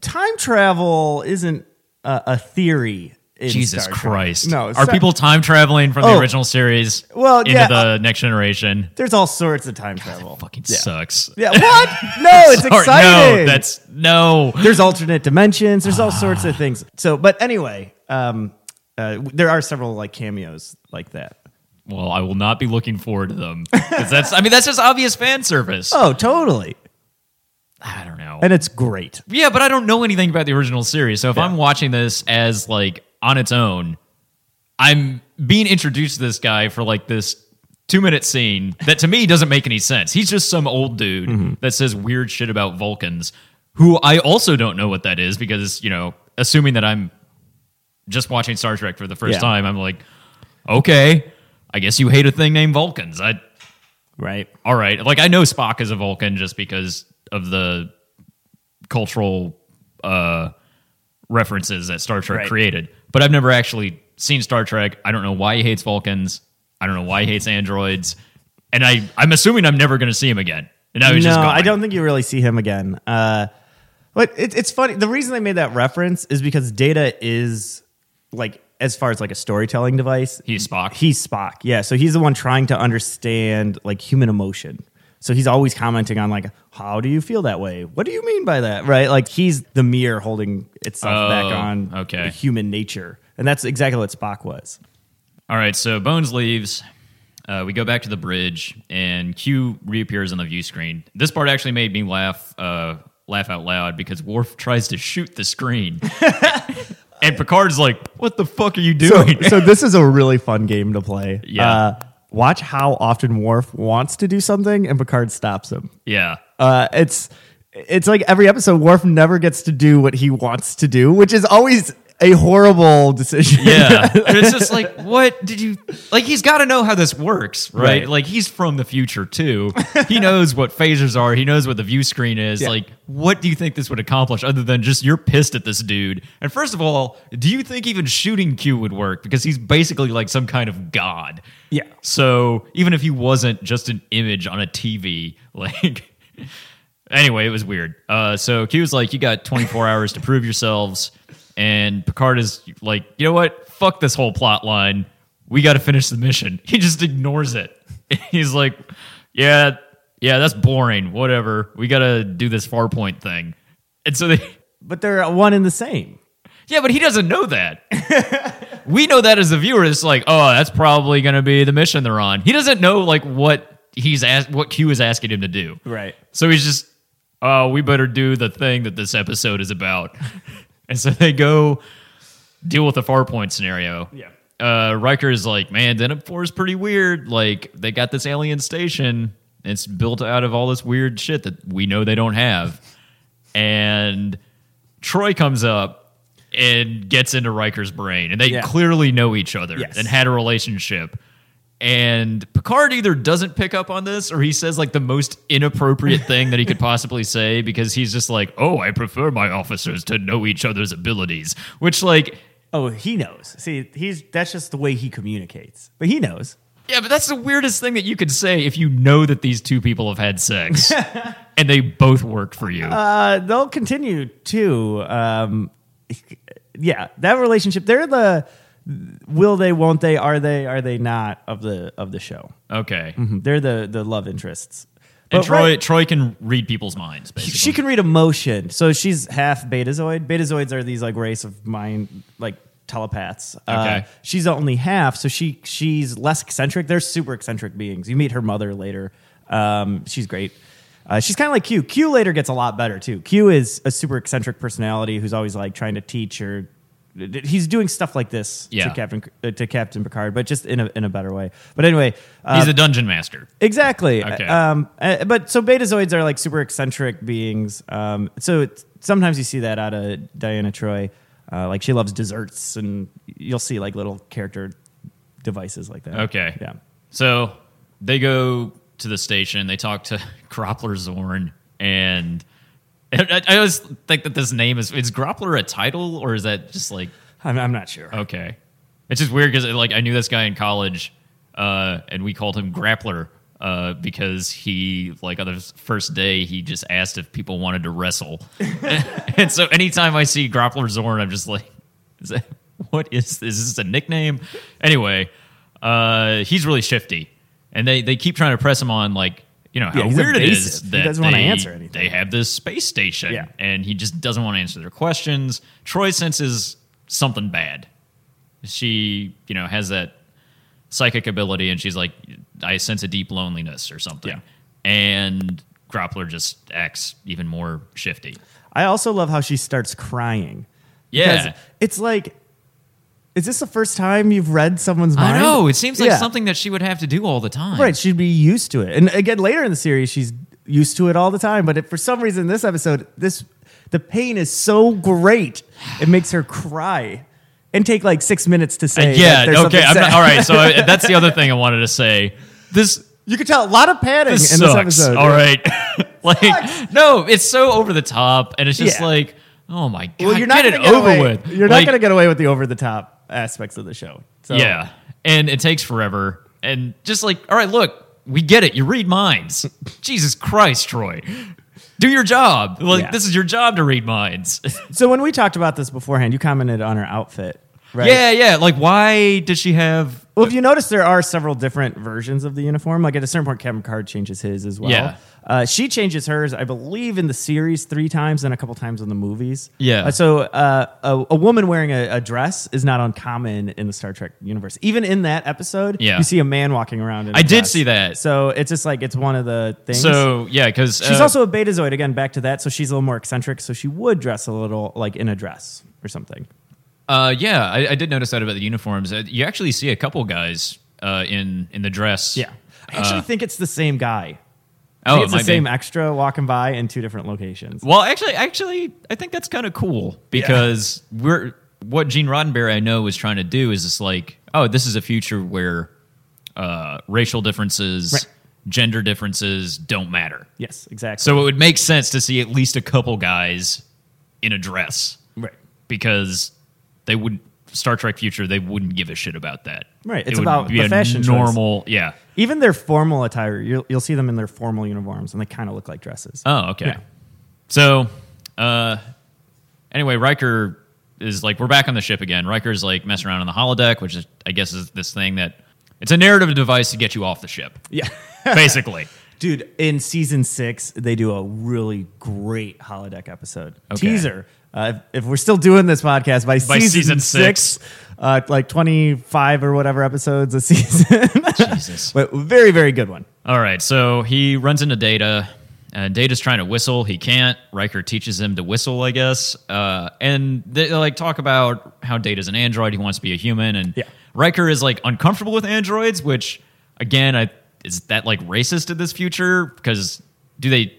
Speaker 3: time travel isn't a, a theory. In
Speaker 2: Jesus
Speaker 3: Star Trek.
Speaker 2: Christ!
Speaker 3: No,
Speaker 2: are
Speaker 3: Star-
Speaker 2: people time traveling from the
Speaker 3: Oh.
Speaker 2: original series?
Speaker 3: Well,
Speaker 2: into
Speaker 3: yeah,
Speaker 2: the
Speaker 3: uh,
Speaker 2: next generation.
Speaker 3: There's all sorts of time travel.
Speaker 2: Fucking
Speaker 3: yeah.
Speaker 2: sucks.
Speaker 3: Yeah, what? No, it's
Speaker 2: Sorry,
Speaker 3: exciting.
Speaker 2: No, that's no.
Speaker 3: there's alternate dimensions. There's all sorts of things. So, but anyway, um, uh, there are several like cameos like that.
Speaker 2: Well, I will not be looking forward to them 'Cause that's. I mean, that's just obvious fan service.
Speaker 3: Oh, totally.
Speaker 2: I don't know.
Speaker 3: And it's great.
Speaker 2: Yeah, but I don't know anything about the original series. So if I'm watching this as like on its own, I'm being introduced to this guy for like this two minute scene that to me doesn't make any sense. He's just some old dude that says weird shit about Vulcans, who I also don't know what that is because, you know, assuming that I'm just watching Star Trek for the first
Speaker 3: Yeah.
Speaker 2: time, I'm like, okay, I guess you hate a thing named Vulcans. I
Speaker 3: Right.
Speaker 2: all right. Like I know Spock is a Vulcan just because of the cultural uh, references that Star Trek
Speaker 3: Right.
Speaker 2: created, but I've never actually seen Star Trek. I don't know why he hates Vulcans. I don't know why he hates androids, and I I'm assuming I'm never going to see him again. And I was
Speaker 3: no,
Speaker 2: just going,
Speaker 3: I don't think you really see him again. Uh, but it, it's funny. The reason they made that reference is because Data is like, as far as like a storytelling device,
Speaker 2: He's Spock.
Speaker 3: He's Spock. Yeah. So he's the one trying to understand like human emotion. So he's always commenting on like, how do you feel that way? What do you mean by that? Right? Like he's the mirror holding itself back
Speaker 2: Oh,
Speaker 3: on
Speaker 2: okay.
Speaker 3: human nature, and that's exactly what Spock was.
Speaker 2: All right, so Bones leaves. Uh, we go back to the bridge, and Q reappears on the view screen. This part actually made me laugh, uh, laugh out loud because Worf tries to shoot the screen, and Picard's like, "What the fuck are you
Speaker 3: So,
Speaker 2: doing?"
Speaker 3: so this is a really fun game to play.
Speaker 2: Yeah.
Speaker 3: Uh, watch how often Worf wants to do something and Picard stops him.
Speaker 2: yeah,
Speaker 3: Uh, it's it's like every episode Worf never gets to do what he wants to do, which is always a horrible decision.
Speaker 2: yeah. And it's just like, what did you like? He's got to know how this works, right?
Speaker 3: Right.
Speaker 2: Like he's from the future too. He knows what phasers are. He knows what the view screen is.
Speaker 3: Yeah.
Speaker 2: Like, what do you think this would accomplish other than just you're pissed at this dude? And first of all, do you think even shooting Q would work because he's basically like some kind of god?
Speaker 3: Yeah.
Speaker 2: So even if he wasn't just an image on a TV, like. Anyway, it was weird. Uh, so Q was like, "You got 24 hours to prove yourselves," and Picard is like, "You know what? Fuck this whole plot line. We got to finish the mission." He just ignores it. He's like, "Yeah, yeah, that's boring. Whatever. We got to do this far point thing." And so they,
Speaker 3: but they're one and the same.
Speaker 2: yeah, but he doesn't know that. we know that as the viewer. It's like, oh, that's probably going to be the mission they're on. He doesn't know like what he's asked, what Q is asking him to do.
Speaker 3: Right.
Speaker 2: So he's just, oh, we better do the thing that this episode is about. and so they go deal with the far point scenario.
Speaker 3: Yeah.
Speaker 2: Uh, Riker is like, man, Denim 4 is pretty weird. Like, they got this alien station. It's built out of all this weird shit that we know they don't have. And Troy comes up and gets into Riker's brain. And they
Speaker 3: Yeah.
Speaker 2: clearly know each other
Speaker 3: Yes.
Speaker 2: and had a relationship. And Picard either doesn't pick up on this or he says like the most inappropriate thing that he could possibly say because he's just like, oh, I prefer my officers to know each other's abilities, which, like,
Speaker 3: Oh, he knows. See, he's that's just the way he communicates. But he knows.
Speaker 2: yeah, but that's the weirdest thing that you could say if you know that these two people have had sex and they both worked for you.
Speaker 3: Uh, they'll continue to. Um, yeah, that relationship. They're the will they, won't they, are they, are they not of the of the show.
Speaker 2: Okay.
Speaker 3: They're the the love interests.
Speaker 2: And
Speaker 3: Mm-hmm. But
Speaker 2: Troy
Speaker 3: right-
Speaker 2: Troy can read people's minds basically.
Speaker 3: she can read emotion. So she's half betazoid. Betazoids are these like race of mind like telepaths. Uh,
Speaker 2: Okay.
Speaker 3: she's only half, so she she's less eccentric. They're super eccentric beings. You meet her mother later. Um, she's great. Uh, she's kind of like Q. Q later gets a lot better too. Q is a super eccentric personality who's always like trying to teach or he's doing stuff like this
Speaker 2: Yeah.
Speaker 3: to Captain uh, to Captain Picard, but just in a in a better way. But anyway, uh,
Speaker 2: He's a dungeon master.
Speaker 3: Exactly.
Speaker 2: Okay.
Speaker 3: Um, uh, but so betazoids are like super eccentric beings. Um, so it's, sometimes you see that out of Diana Troy. Uh, like she loves desserts, and you'll see like little character devices like that.
Speaker 2: Okay.
Speaker 3: Yeah.
Speaker 2: So they go to the station. They talk to Groppler Zorn, and I, I always think that this name is is Groppler a title or is that just like
Speaker 3: I'm, I'm not sure.
Speaker 2: okay? It's just weird because like I knew this guy in college, uh, and we called him Grappler. Uh, because he like on the first day he just asked if people wanted to wrestle, and so anytime I see Grappler Zorn, I'm just like, is that, what is this? Is this a nickname? Anyway, uh, he's really shifty, and they they keep trying to press him on like you know how
Speaker 3: Yeah, he's
Speaker 2: weird it is
Speaker 3: evasive. He
Speaker 2: that
Speaker 3: doesn't
Speaker 2: they,
Speaker 3: wanna answer anything.
Speaker 2: They have this space station,
Speaker 3: Yeah.
Speaker 2: and he just doesn't want to answer their questions. Troy senses something bad. She you know has that psychic ability, and she's like, I sense a deep loneliness or something, and. Groppler just acts even more shifty.
Speaker 3: I also love how she starts crying.
Speaker 2: Yeah.
Speaker 3: Because It's like, is this the first time you've read someone's mind?
Speaker 2: I know. It seems like
Speaker 3: Yeah.
Speaker 2: something that she would have to do all the time.
Speaker 3: Right, she'd be used to it. And again, later in the series, she's used to it all the time. But it, for some reason, this episode, this the pain is so great, it makes her cry and take like six minutes to
Speaker 2: Uh,
Speaker 3: say. that
Speaker 2: yeah.
Speaker 3: there's
Speaker 2: Okay.
Speaker 3: something
Speaker 2: I'm not,
Speaker 3: sad.
Speaker 2: all right. So I, that's the other thing I wanted to say. This
Speaker 3: You could tell a lot of padding
Speaker 2: this
Speaker 3: in
Speaker 2: sucks.
Speaker 3: this episode.
Speaker 2: All right. like
Speaker 3: Sucks.
Speaker 2: no, it's so over the top, and it's just
Speaker 3: Yeah.
Speaker 2: like, oh my god,
Speaker 3: Well, you're not
Speaker 2: get
Speaker 3: gonna
Speaker 2: it
Speaker 3: get
Speaker 2: over
Speaker 3: away-
Speaker 2: with.
Speaker 3: You're
Speaker 2: Like,
Speaker 3: not going to get away with the over the top aspects of the show. So,
Speaker 2: Yeah. And it takes forever, and just like, all right, look, we get it. You read minds. Jesus Christ, Troy. Do your job. Like
Speaker 3: Yeah.
Speaker 2: this is your job to read minds.
Speaker 3: So when we talked about this beforehand, you commented on her outfit, right?
Speaker 2: Yeah, yeah. Like, why does she have
Speaker 3: Well, if you notice, there are several different versions of the uniform. Like at a certain point, Captain Card changes his as well.
Speaker 2: Yeah.
Speaker 3: Uh, she changes hers, I believe, in the series three times and a couple times in the movies.
Speaker 2: Yeah.
Speaker 3: Uh, so uh, a, a woman wearing a, a dress is not uncommon in the Star Trek universe. Even in that episode,
Speaker 2: Yeah.
Speaker 3: you see a man walking around. In a
Speaker 2: I did
Speaker 3: dress.
Speaker 2: see that.
Speaker 3: So it's just like it's one of the things.
Speaker 2: So uh, yeah, because
Speaker 3: she's also a betazoid. Again, back to that. So she's a little more eccentric. So she would dress a little like in a dress or something.
Speaker 2: uh, yeah, I, I did notice that about the uniforms. Uh, You actually see a couple guys uh, in in the dress.
Speaker 3: Yeah. I actually
Speaker 2: Uh,
Speaker 3: think it's the same guy. I
Speaker 2: Oh,
Speaker 3: think
Speaker 2: it
Speaker 3: it's
Speaker 2: might
Speaker 3: the same
Speaker 2: be.
Speaker 3: extra walking by in two different locations.
Speaker 2: Well, actually, actually, I think that's kind of cool because we're what Gene Roddenberry I know was trying to do is just like, oh, this is a future where uh, racial differences,
Speaker 3: Right.
Speaker 2: gender differences don't matter.
Speaker 3: Yes, exactly.
Speaker 2: So it would make sense to see at least a couple guys in a dress
Speaker 3: right,
Speaker 2: because they would Star Trek Future they wouldn't give a shit about that.
Speaker 3: Right, it's
Speaker 2: would
Speaker 3: about
Speaker 2: be
Speaker 3: the
Speaker 2: a
Speaker 3: fashion choice.
Speaker 2: normal. Yeah.
Speaker 3: even their formal attire, you'll, you'll see them in their formal uniforms, and they kind of look like dresses.
Speaker 2: Oh, okay.
Speaker 3: Yeah.
Speaker 2: So, uh, anyway, Riker is like we're back on the ship again. Riker's like messing around on the holodeck, which is I guess is this thing that it's a narrative device to get you off the ship,
Speaker 3: yeah,
Speaker 2: basically.
Speaker 3: dude. In season six, they do a really great holodeck episode
Speaker 2: Okay.
Speaker 3: teaser. Uh, if, if we're still doing this podcast by,
Speaker 2: By season six.
Speaker 3: uh, like twenty five or whatever episodes a season,
Speaker 2: Jesus.
Speaker 3: but very very good one.
Speaker 2: All right, so he runs into Data, and Data's trying to whistle. He can't. Riker teaches him to whistle, I guess. Uh, and they like talk about how Data's an android. He wants to be a human, and
Speaker 3: Yeah.
Speaker 2: Riker is like uncomfortable with androids. Which again, I is that like racist in this future? Because do they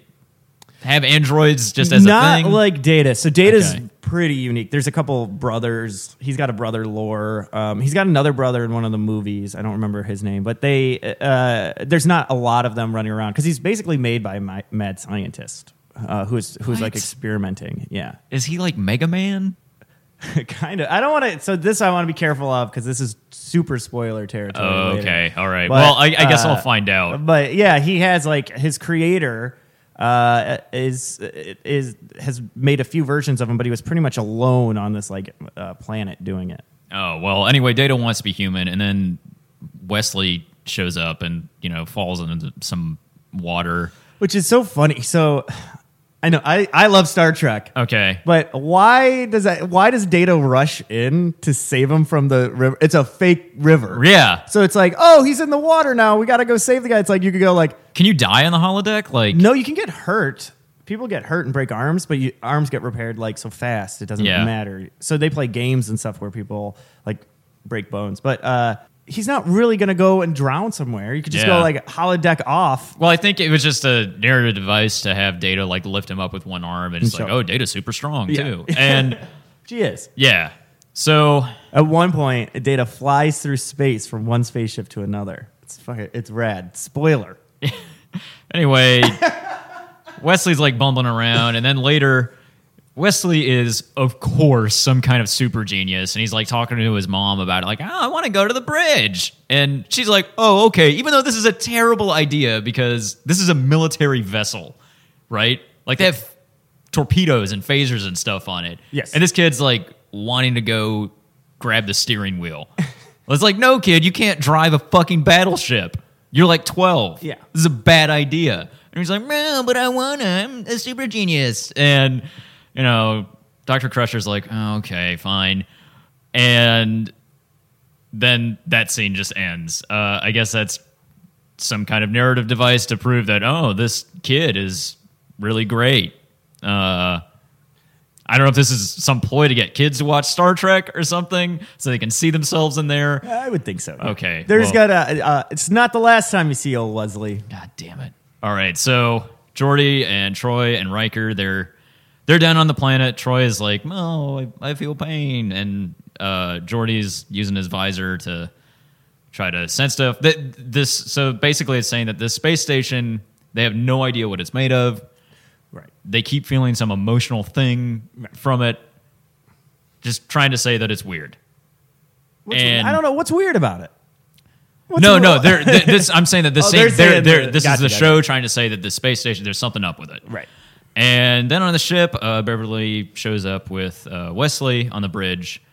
Speaker 2: have androids just as
Speaker 3: not
Speaker 2: a thing?
Speaker 3: like data so data's
Speaker 2: Okay.
Speaker 3: pretty unique there's a couple brothers he's got a brother lore um, he's got another brother in one of the movies i don't remember his name but they uh, there's not a lot of them running around because he's basically made by my mad scientist uh, who's who's
Speaker 2: What?
Speaker 3: like experimenting yeah
Speaker 2: is he like Mega Man?
Speaker 3: kind of i don't want to so this i want to be careful of because this is super spoiler territory
Speaker 2: Oh,
Speaker 3: later.
Speaker 2: okay, all right.
Speaker 3: But,
Speaker 2: well, I, I guess
Speaker 3: uh,
Speaker 2: I'll find out.
Speaker 3: But yeah, he has like his creator uh, is is has made a few versions of him, but he was pretty much alone on this like uh, planet doing it.
Speaker 2: Oh well. Anyway, Data wants to be human, and then Wesley shows up and you know falls into some water.
Speaker 3: Which is so funny. So I know I, I love Star Trek.
Speaker 2: Okay.
Speaker 3: But why does that why does Data rush in to save him from the river? It's a fake river.
Speaker 2: Yeah.
Speaker 3: So it's like, oh, he's in the water now. We gotta go save the guy. It's like you could go like,
Speaker 2: Can you die on the holodeck? Like
Speaker 3: no, you can get hurt. People get hurt and break arms, but you, arms get repaired like so fast it doesn't
Speaker 2: Yeah.
Speaker 3: matter. So they play games and stuff where people like break bones. But uh he's not really gonna go and drown somewhere. You could just
Speaker 2: Yeah.
Speaker 3: go like holodeck off.
Speaker 2: Well, I think it was just a narrative device to have Data like lift him up with one arm, and it's
Speaker 3: Sure.
Speaker 2: like, oh, Data's super strong
Speaker 3: Yeah.
Speaker 2: too, and
Speaker 3: She is.
Speaker 2: yeah. So
Speaker 3: At one point, Data flies through space from one spaceship to another. It's fucking, it's rad. Spoiler.
Speaker 2: anyway, Wesley's like bumbling around, and then later, Wesley is of course some kind of super genius, and he's like talking to his mom about it, like, oh, I want to go to the bridge, and she's like, oh, okay, even though this is a terrible idea because this is a military vessel, right? Like they have torpedoes and phasers and stuff on it.
Speaker 3: Yes.
Speaker 2: and this kid's like wanting to go grab the steering wheel. It's like, no, kid, you can't drive a fucking battleship. You're like 12.
Speaker 3: Yeah.
Speaker 2: This is a bad idea. And he's like, no, but I wanna. I'm a super genius. And, you know, Dr. Crusher's like, "Oh, okay, fine. And then that scene just ends. Uh, I guess that's some kind of narrative device to prove that, oh, this kid is really great. Uh, I don't know if this is some ploy to get kids to watch Star Trek or something so they can see themselves in there.
Speaker 3: I would think so.
Speaker 2: Okay,
Speaker 3: There's
Speaker 2: well-
Speaker 3: got a, uh, it's not the last time you see old Wesley.
Speaker 2: God damn it. All right, so Jordy and Troy and Riker, they're they're down on the planet. Troy is like, "No, I, I feel pain," and uh, Jordy's using his visor to try to sense stuff. Th- This so basically, it's saying that this space station they have no idea what it's made of.
Speaker 3: Right.
Speaker 2: They keep feeling some emotional thing from it, just trying to say that it's weird.
Speaker 3: What's,
Speaker 2: And-
Speaker 3: I don't know. What's weird about it? What's
Speaker 2: no,
Speaker 3: weird
Speaker 2: no.
Speaker 3: about-
Speaker 2: They're, th- this, I'm saying that the
Speaker 3: Oh,
Speaker 2: same. They're,
Speaker 3: they're
Speaker 2: they're,
Speaker 3: saying the-
Speaker 2: this
Speaker 3: gotcha,
Speaker 2: is the
Speaker 3: gotcha.
Speaker 2: show trying to say that the space station. There's something up with it,
Speaker 3: Right.
Speaker 2: And then on the ship, uh, Beverly shows up with uh, Wesley on the bridge,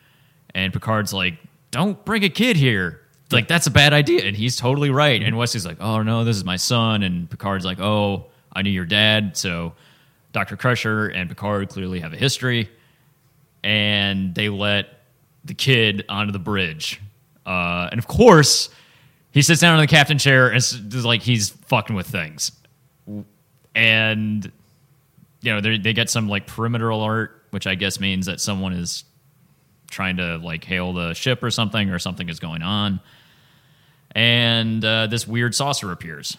Speaker 2: and Picard's like, "Don't bring a kid here." Like that's a bad idea, and he's totally right. And Wesley's like, "Oh no, this is my son." And Picard's like, "Oh, I knew your dad." So Doctor Crusher and Picard clearly have a history and they let the kid onto the bridge. Uh, and of course, he sits down in the captain chair and it's just like he's fucking with things. And you know, they they get some like perimeter alert, which I guess means that someone is trying to like hail the ship or something, or something is going on. And uh, this weird saucer appears,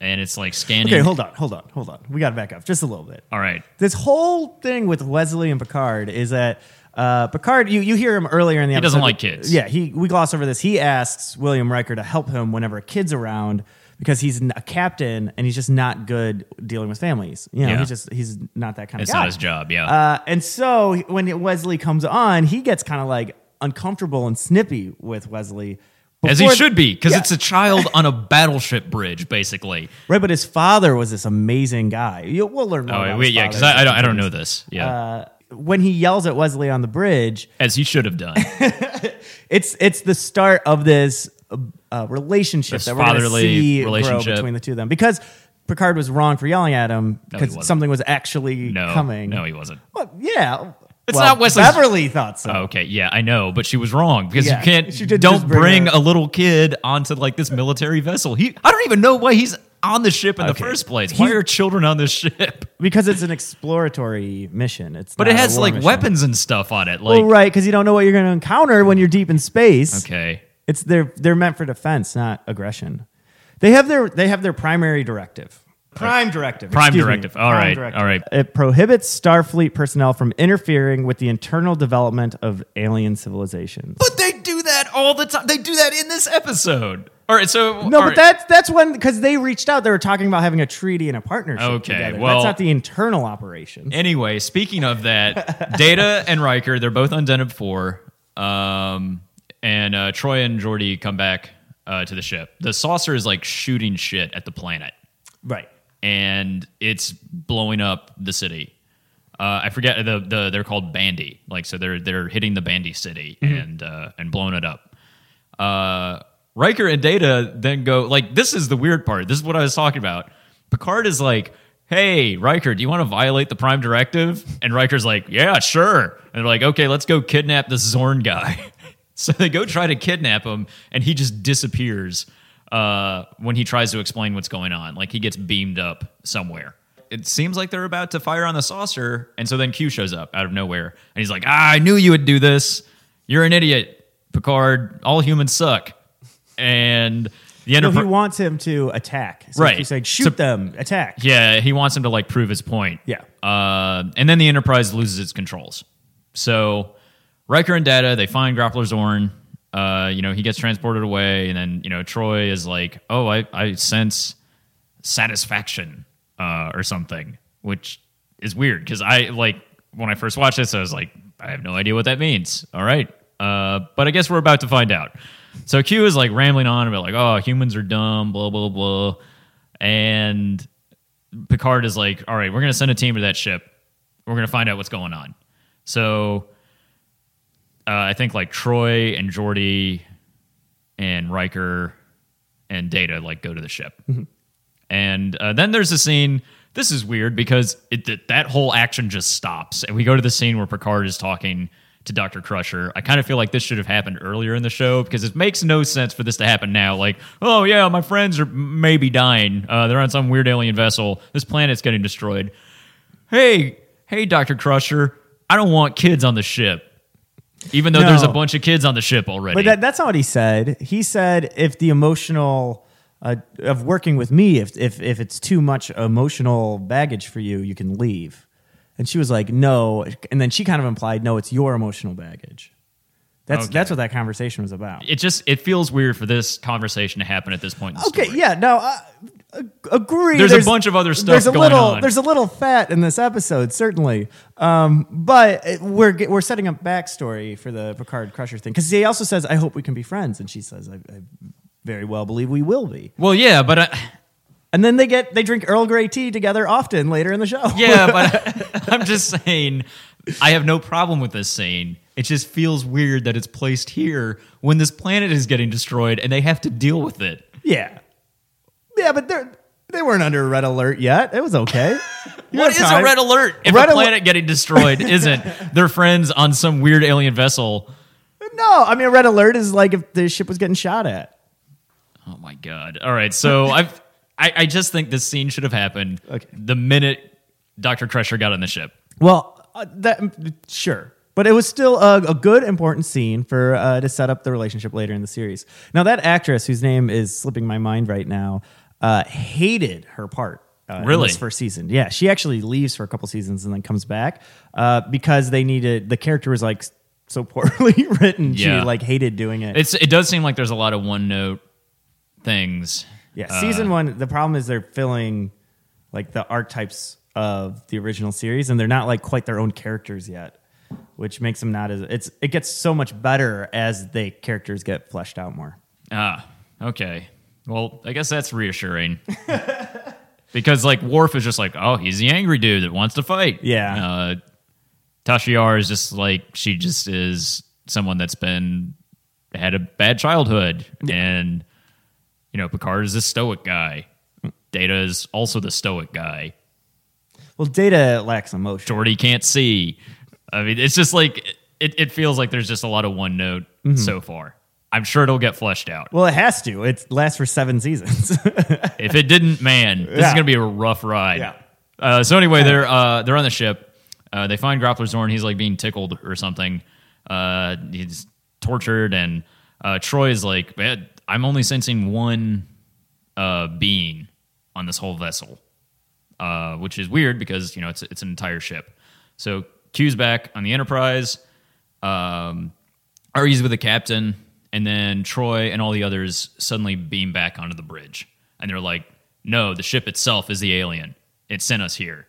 Speaker 2: and it's like scanning.
Speaker 3: Okay, hold on, hold on, hold on. We got to back up just a little bit.
Speaker 2: All right,
Speaker 3: This whole thing with Wesley and Picard is that uh, Picard, you, you hear him earlier in the episode.
Speaker 2: doesn't like kids.
Speaker 3: Yeah, he we gloss over this. He asks William Riker to help him whenever a kid's around because he's n- a captain and he's just not good dealing with families. You know,
Speaker 2: Yeah.
Speaker 3: he's just he's not that kind
Speaker 2: it's
Speaker 3: of guy.
Speaker 2: not his job. Yeah,
Speaker 3: Uh, and so when Wesley comes on, he gets kind of like uncomfortable and snippy with Wesley.
Speaker 2: As he
Speaker 3: before-
Speaker 2: should be, because
Speaker 3: Yeah.
Speaker 2: it's a child on a battleship bridge, basically.
Speaker 3: Right, but his father was this amazing guy. You- We'll learn more.
Speaker 2: Oh,
Speaker 3: about
Speaker 2: wait,
Speaker 3: his
Speaker 2: yeah, because
Speaker 3: father.
Speaker 2: I, I don't, I don't know this. Yeah,
Speaker 3: Uh, when he yells at Wesley on the bridge,
Speaker 2: as he should have done.
Speaker 3: it's it's the start of this uh, uh, relationship
Speaker 2: This
Speaker 3: that we're going to
Speaker 2: fatherly
Speaker 3: see grow
Speaker 2: relationship.
Speaker 3: between the two of them because Picard was wrong for yelling at
Speaker 2: No,
Speaker 3: him
Speaker 2: he
Speaker 3: because
Speaker 2: wasn't.
Speaker 3: something was actually
Speaker 2: No,
Speaker 3: coming.
Speaker 2: no, he wasn't.
Speaker 3: Well, yeah,
Speaker 2: It's
Speaker 3: Well,
Speaker 2: not Wesley's- Oh.
Speaker 3: Beverly thought so.
Speaker 2: Okay, yeah, I know, but she was wrong because
Speaker 3: Yeah,
Speaker 2: you can't.
Speaker 3: she didn't
Speaker 2: don't
Speaker 3: just bring
Speaker 2: bring
Speaker 3: her-
Speaker 2: a little kid onto like this military vessel. He, I don't even know why he's on the ship in the
Speaker 3: Okay.
Speaker 2: first place. Why
Speaker 3: He-
Speaker 2: are children on this ship?
Speaker 3: Because it's an exploratory mission. It's
Speaker 2: But
Speaker 3: not
Speaker 2: it
Speaker 3: a
Speaker 2: has
Speaker 3: war
Speaker 2: like
Speaker 3: mission.
Speaker 2: weapons and stuff on it. Like,
Speaker 3: Well, right, because you don't know what you're going to encounter when you're deep in space.
Speaker 2: okay,
Speaker 3: It's they're they're meant for defense, not aggression. They have their they have their primary directive. Prime directive.
Speaker 2: Prime
Speaker 3: excuse me.
Speaker 2: directive. All right, all right.
Speaker 3: It prohibits Starfleet personnel from interfering with the internal development of alien civilizations.
Speaker 2: but they do that all the time. They do that in this episode. All right, so
Speaker 3: no,
Speaker 2: all
Speaker 3: but
Speaker 2: right.
Speaker 3: that's that's when because they reached out. They were talking about having a treaty and a partnership.
Speaker 2: Okay,
Speaker 3: together.
Speaker 2: well-
Speaker 3: that's not the internal operation.
Speaker 2: Anyway, speaking of that, Data and Riker, they're both on Denim 4. Um, and uh, Troy and Jordy come back uh, to the ship. The saucer is like shooting shit at the planet,
Speaker 3: right.
Speaker 2: and it's blowing up the city. Uh, I forget the the they're called Bandy. Like so, they're they're hitting the Bandy city and uh, and blowing it up. Uh, Riker and Data then go like this is the weird part. This is what I was talking about. Picard is like, "Hey, Riker, do you want to violate the Prime Directive?" And Riker's like, "Yeah, sure." And they're like, "Okay, let's go kidnap this Zorn guy." so they go try to kidnap him, and he just disappears uh, when he tries to explain what's going on. Like he gets beamed up somewhere. It seems like they're about to fire on the saucer, and so then Q shows up out of nowhere, and he's like, "Ah, I knew you would do this. You're an idiot, Picard. All humans suck." And the
Speaker 3: No,
Speaker 2: Enterprise,
Speaker 3: he wants him to attack. So
Speaker 2: Right.
Speaker 3: He's saying, shoot
Speaker 2: So-
Speaker 3: them, attack.
Speaker 2: yeah, he wants him to like prove his point.
Speaker 3: Yeah.
Speaker 2: Uh, and then the Enterprise loses its controls. So Riker and Data, they find Grappler Zorn. Uh, you know, he gets transported away, and then, you know, Troy is like, oh, I, I sense satisfaction uh, or something, which is weird because I, like, when I first watched this, I was like, I have no idea what that means. All right. Uh, but I guess we're about to find out. So Q is like rambling on about, like, oh, humans are dumb, blah, blah, blah. And Picard is like, all right, we're going to send a team to that ship. We're going to find out what's going on. So uh, I think like Troy and Geordi and Riker and Data like go to the ship.
Speaker 3: Mm-hmm.
Speaker 2: And uh, then there's a scene. This is weird because it, that that whole action just stops. And we go to the scene where Picard is talking to Dr. Crusher. I kind of feel like this should have happened earlier in the show because it makes no sense for this to happen now. Like, oh, yeah, my friends are maybe dying. Uh, they're on some weird alien vessel. This planet's getting destroyed. Hey, hey, Dr. Crusher, I don't want kids on the ship. Even though
Speaker 3: No.
Speaker 2: there's a bunch of kids on the ship already.
Speaker 3: But that, that's not what he said. He said if the emotional uh, of working with me, if, if if it's too much emotional baggage for you, you can leave. And she was like, no. And then she kind of implied, no, it's your emotional baggage. That's
Speaker 2: Okay.
Speaker 3: that's what that conversation was about.
Speaker 2: it just it feels weird for this conversation to happen at this point. In the
Speaker 3: Okay,
Speaker 2: story.
Speaker 3: yeah, no, I I agree.
Speaker 2: There's a bunch of other stuff
Speaker 3: There's a
Speaker 2: going
Speaker 3: little,
Speaker 2: on.
Speaker 3: there's a little fat in this episode, certainly. Um, but it- we're get- we're setting up backstory for the Picard Crusher thing because he also says, "I hope we can be friends," and she says, "I, I very well believe we will be."
Speaker 2: Well, yeah, but uh, I,
Speaker 3: And then they get they drink Earl Grey tea together often later in the show.
Speaker 2: yeah, but I, am just saying, I have no problem with this scene. It just feels weird that it's placed here when this planet is getting destroyed and they have to deal with it.
Speaker 3: yeah, yeah, but they're. They weren't under red alert yet. It was okay. You
Speaker 2: What
Speaker 3: had
Speaker 2: is
Speaker 3: time.
Speaker 2: a red alert if
Speaker 3: Red
Speaker 2: a
Speaker 3: aler-
Speaker 2: planet getting destroyed isn't their friends on some weird alien vessel?
Speaker 3: No, I mean, a red alert is like if the ship was getting shot at.
Speaker 2: Oh my god! All right, so I've I, I just think this scene should have happened
Speaker 3: Okay.
Speaker 2: the minute Doctor Crusher got on the ship.
Speaker 3: Well, uh, that sure, but it was still a, a good important scene for uh, to set up the relationship later in the series. Now that actress, whose name is slipping my mind right now, uh, hated her part. Uh, in
Speaker 2: Really?
Speaker 3: this first season, yeah, she actually leaves for a couple seasons and then comes back uh, because they needed the character was like so poorly written.
Speaker 2: Yeah.
Speaker 3: She like hated doing it.
Speaker 2: It's it does seem like there's a lot of one note things.
Speaker 3: yeah, season one. The problem is they're filling like the archetypes of the original series, and they're not like quite their own characters yet, which makes them not as it's. It gets so much better as the characters get fleshed out more.
Speaker 2: Ah, okay. Well, I guess that's reassuring. because like Worf is just like, oh, he's the angry dude that wants to fight.
Speaker 3: Yeah.
Speaker 2: Uh, Tashiar is just like she just is someone that's been had a bad childhood, and you know Picard is a stoic guy. Data is also the stoic guy.
Speaker 3: Well, Data lacks emotion.
Speaker 2: Jordy can't see. I mean, it's just like it, it feels like there's just a lot of one note so far. I'm sure it'll get fleshed out.
Speaker 3: Well, it has to. It lasts for seven seasons.
Speaker 2: if it didn't, man, this is
Speaker 3: Yeah.
Speaker 2: gonna be a rough ride.
Speaker 3: Yeah.
Speaker 2: Uh, so anyway, they're uh, they're on the ship. Uh, they find Grappler Zorn. He's like being tickled or something. Uh, he's tortured, and uh, Troy is like, "Man, I'm only sensing one uh, being on this whole vessel, uh, which is weird because you know it's it's an entire ship. So Q's back on the Enterprise. Um, Ari's with the captain, and then Troy and all the others suddenly beam back onto the bridge, and they're like, "No, the ship itself is the alien. It sent us here."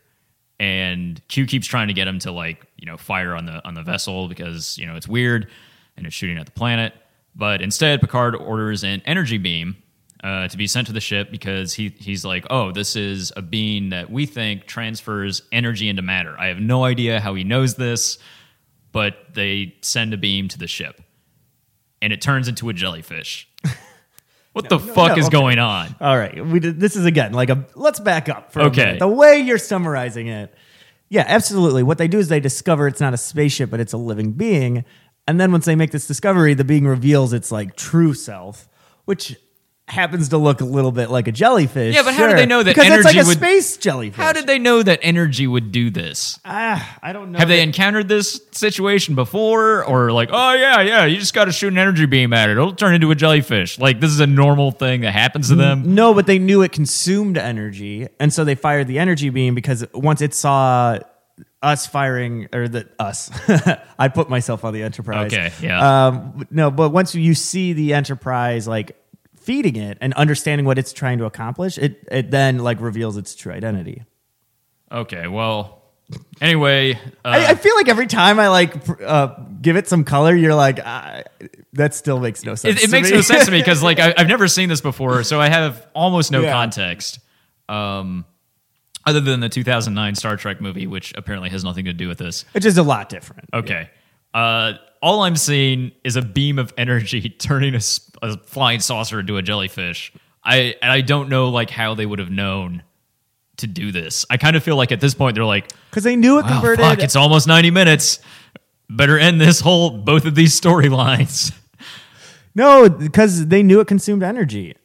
Speaker 2: And Q keeps trying to get him to like you know fire on the on the vessel because you know it's weird and it's shooting at the planet, but instead Picard orders an energy beam uh, to be sent to the ship because he he's like, oh, this is a being that we think transfers energy into matter. I have no idea how he knows this, but they send a beam to the ship, and it turns into a jellyfish. What the fuck
Speaker 3: no,
Speaker 2: is
Speaker 3: okay.
Speaker 2: going on?
Speaker 3: All right, we did, this is again like a let's back up for a
Speaker 2: Okay.
Speaker 3: minute. The way you're summarizing it, yeah, absolutely. What they do is they discover it's not a spaceship, but it's a living being, and then once they make this discovery, the being reveals its like true self, which happens to look a little bit like a jellyfish.
Speaker 2: Yeah, but how do
Speaker 3: sure.
Speaker 2: they know that
Speaker 3: Because it's like
Speaker 2: energy
Speaker 3: a
Speaker 2: would-
Speaker 3: space jellyfish.
Speaker 2: How did they know that energy would do this?
Speaker 3: Ah, I don't know?
Speaker 2: Have they
Speaker 3: that-
Speaker 2: encountered this situation before? Or like, oh yeah, yeah, you just got to shoot an energy beam at it; it'll turn into a jellyfish. Like this is a normal thing that happens to them.
Speaker 3: No, but they knew it consumed energy, and so they fired the energy beam because once it saw us firing or the us, I put myself on the Enterprise.
Speaker 2: Okay, yeah.
Speaker 3: Um, no, but once you see the Enterprise like feeding it and understanding what it's trying to accomplish, it it then like reveals its true identity.
Speaker 2: Okay, well, anyway, uh,
Speaker 3: I, I feel like every time I like pr- uh, give it some color, you're like, I that still makes no sense.
Speaker 2: it, it
Speaker 3: to
Speaker 2: makes
Speaker 3: me.
Speaker 2: no sense to me because like I, I've never seen this before, so I have almost no
Speaker 3: Yeah.
Speaker 2: context, um, other than the 2009 Star Trek movie, which apparently has nothing to do with this.
Speaker 3: Which is a lot different.
Speaker 2: Okay. Uh, all I'm seeing is a beam of energy turning a, s- a flying saucer into a jellyfish. I and I don't know like how they would have known to do this. I kind of feel like at this point they're like,
Speaker 3: Because they knew it
Speaker 2: "Wow,
Speaker 3: converted.
Speaker 2: fuck, it's almost 90 minutes. Better end this whole both of these storylines.
Speaker 3: no, because they knew it consumed energy.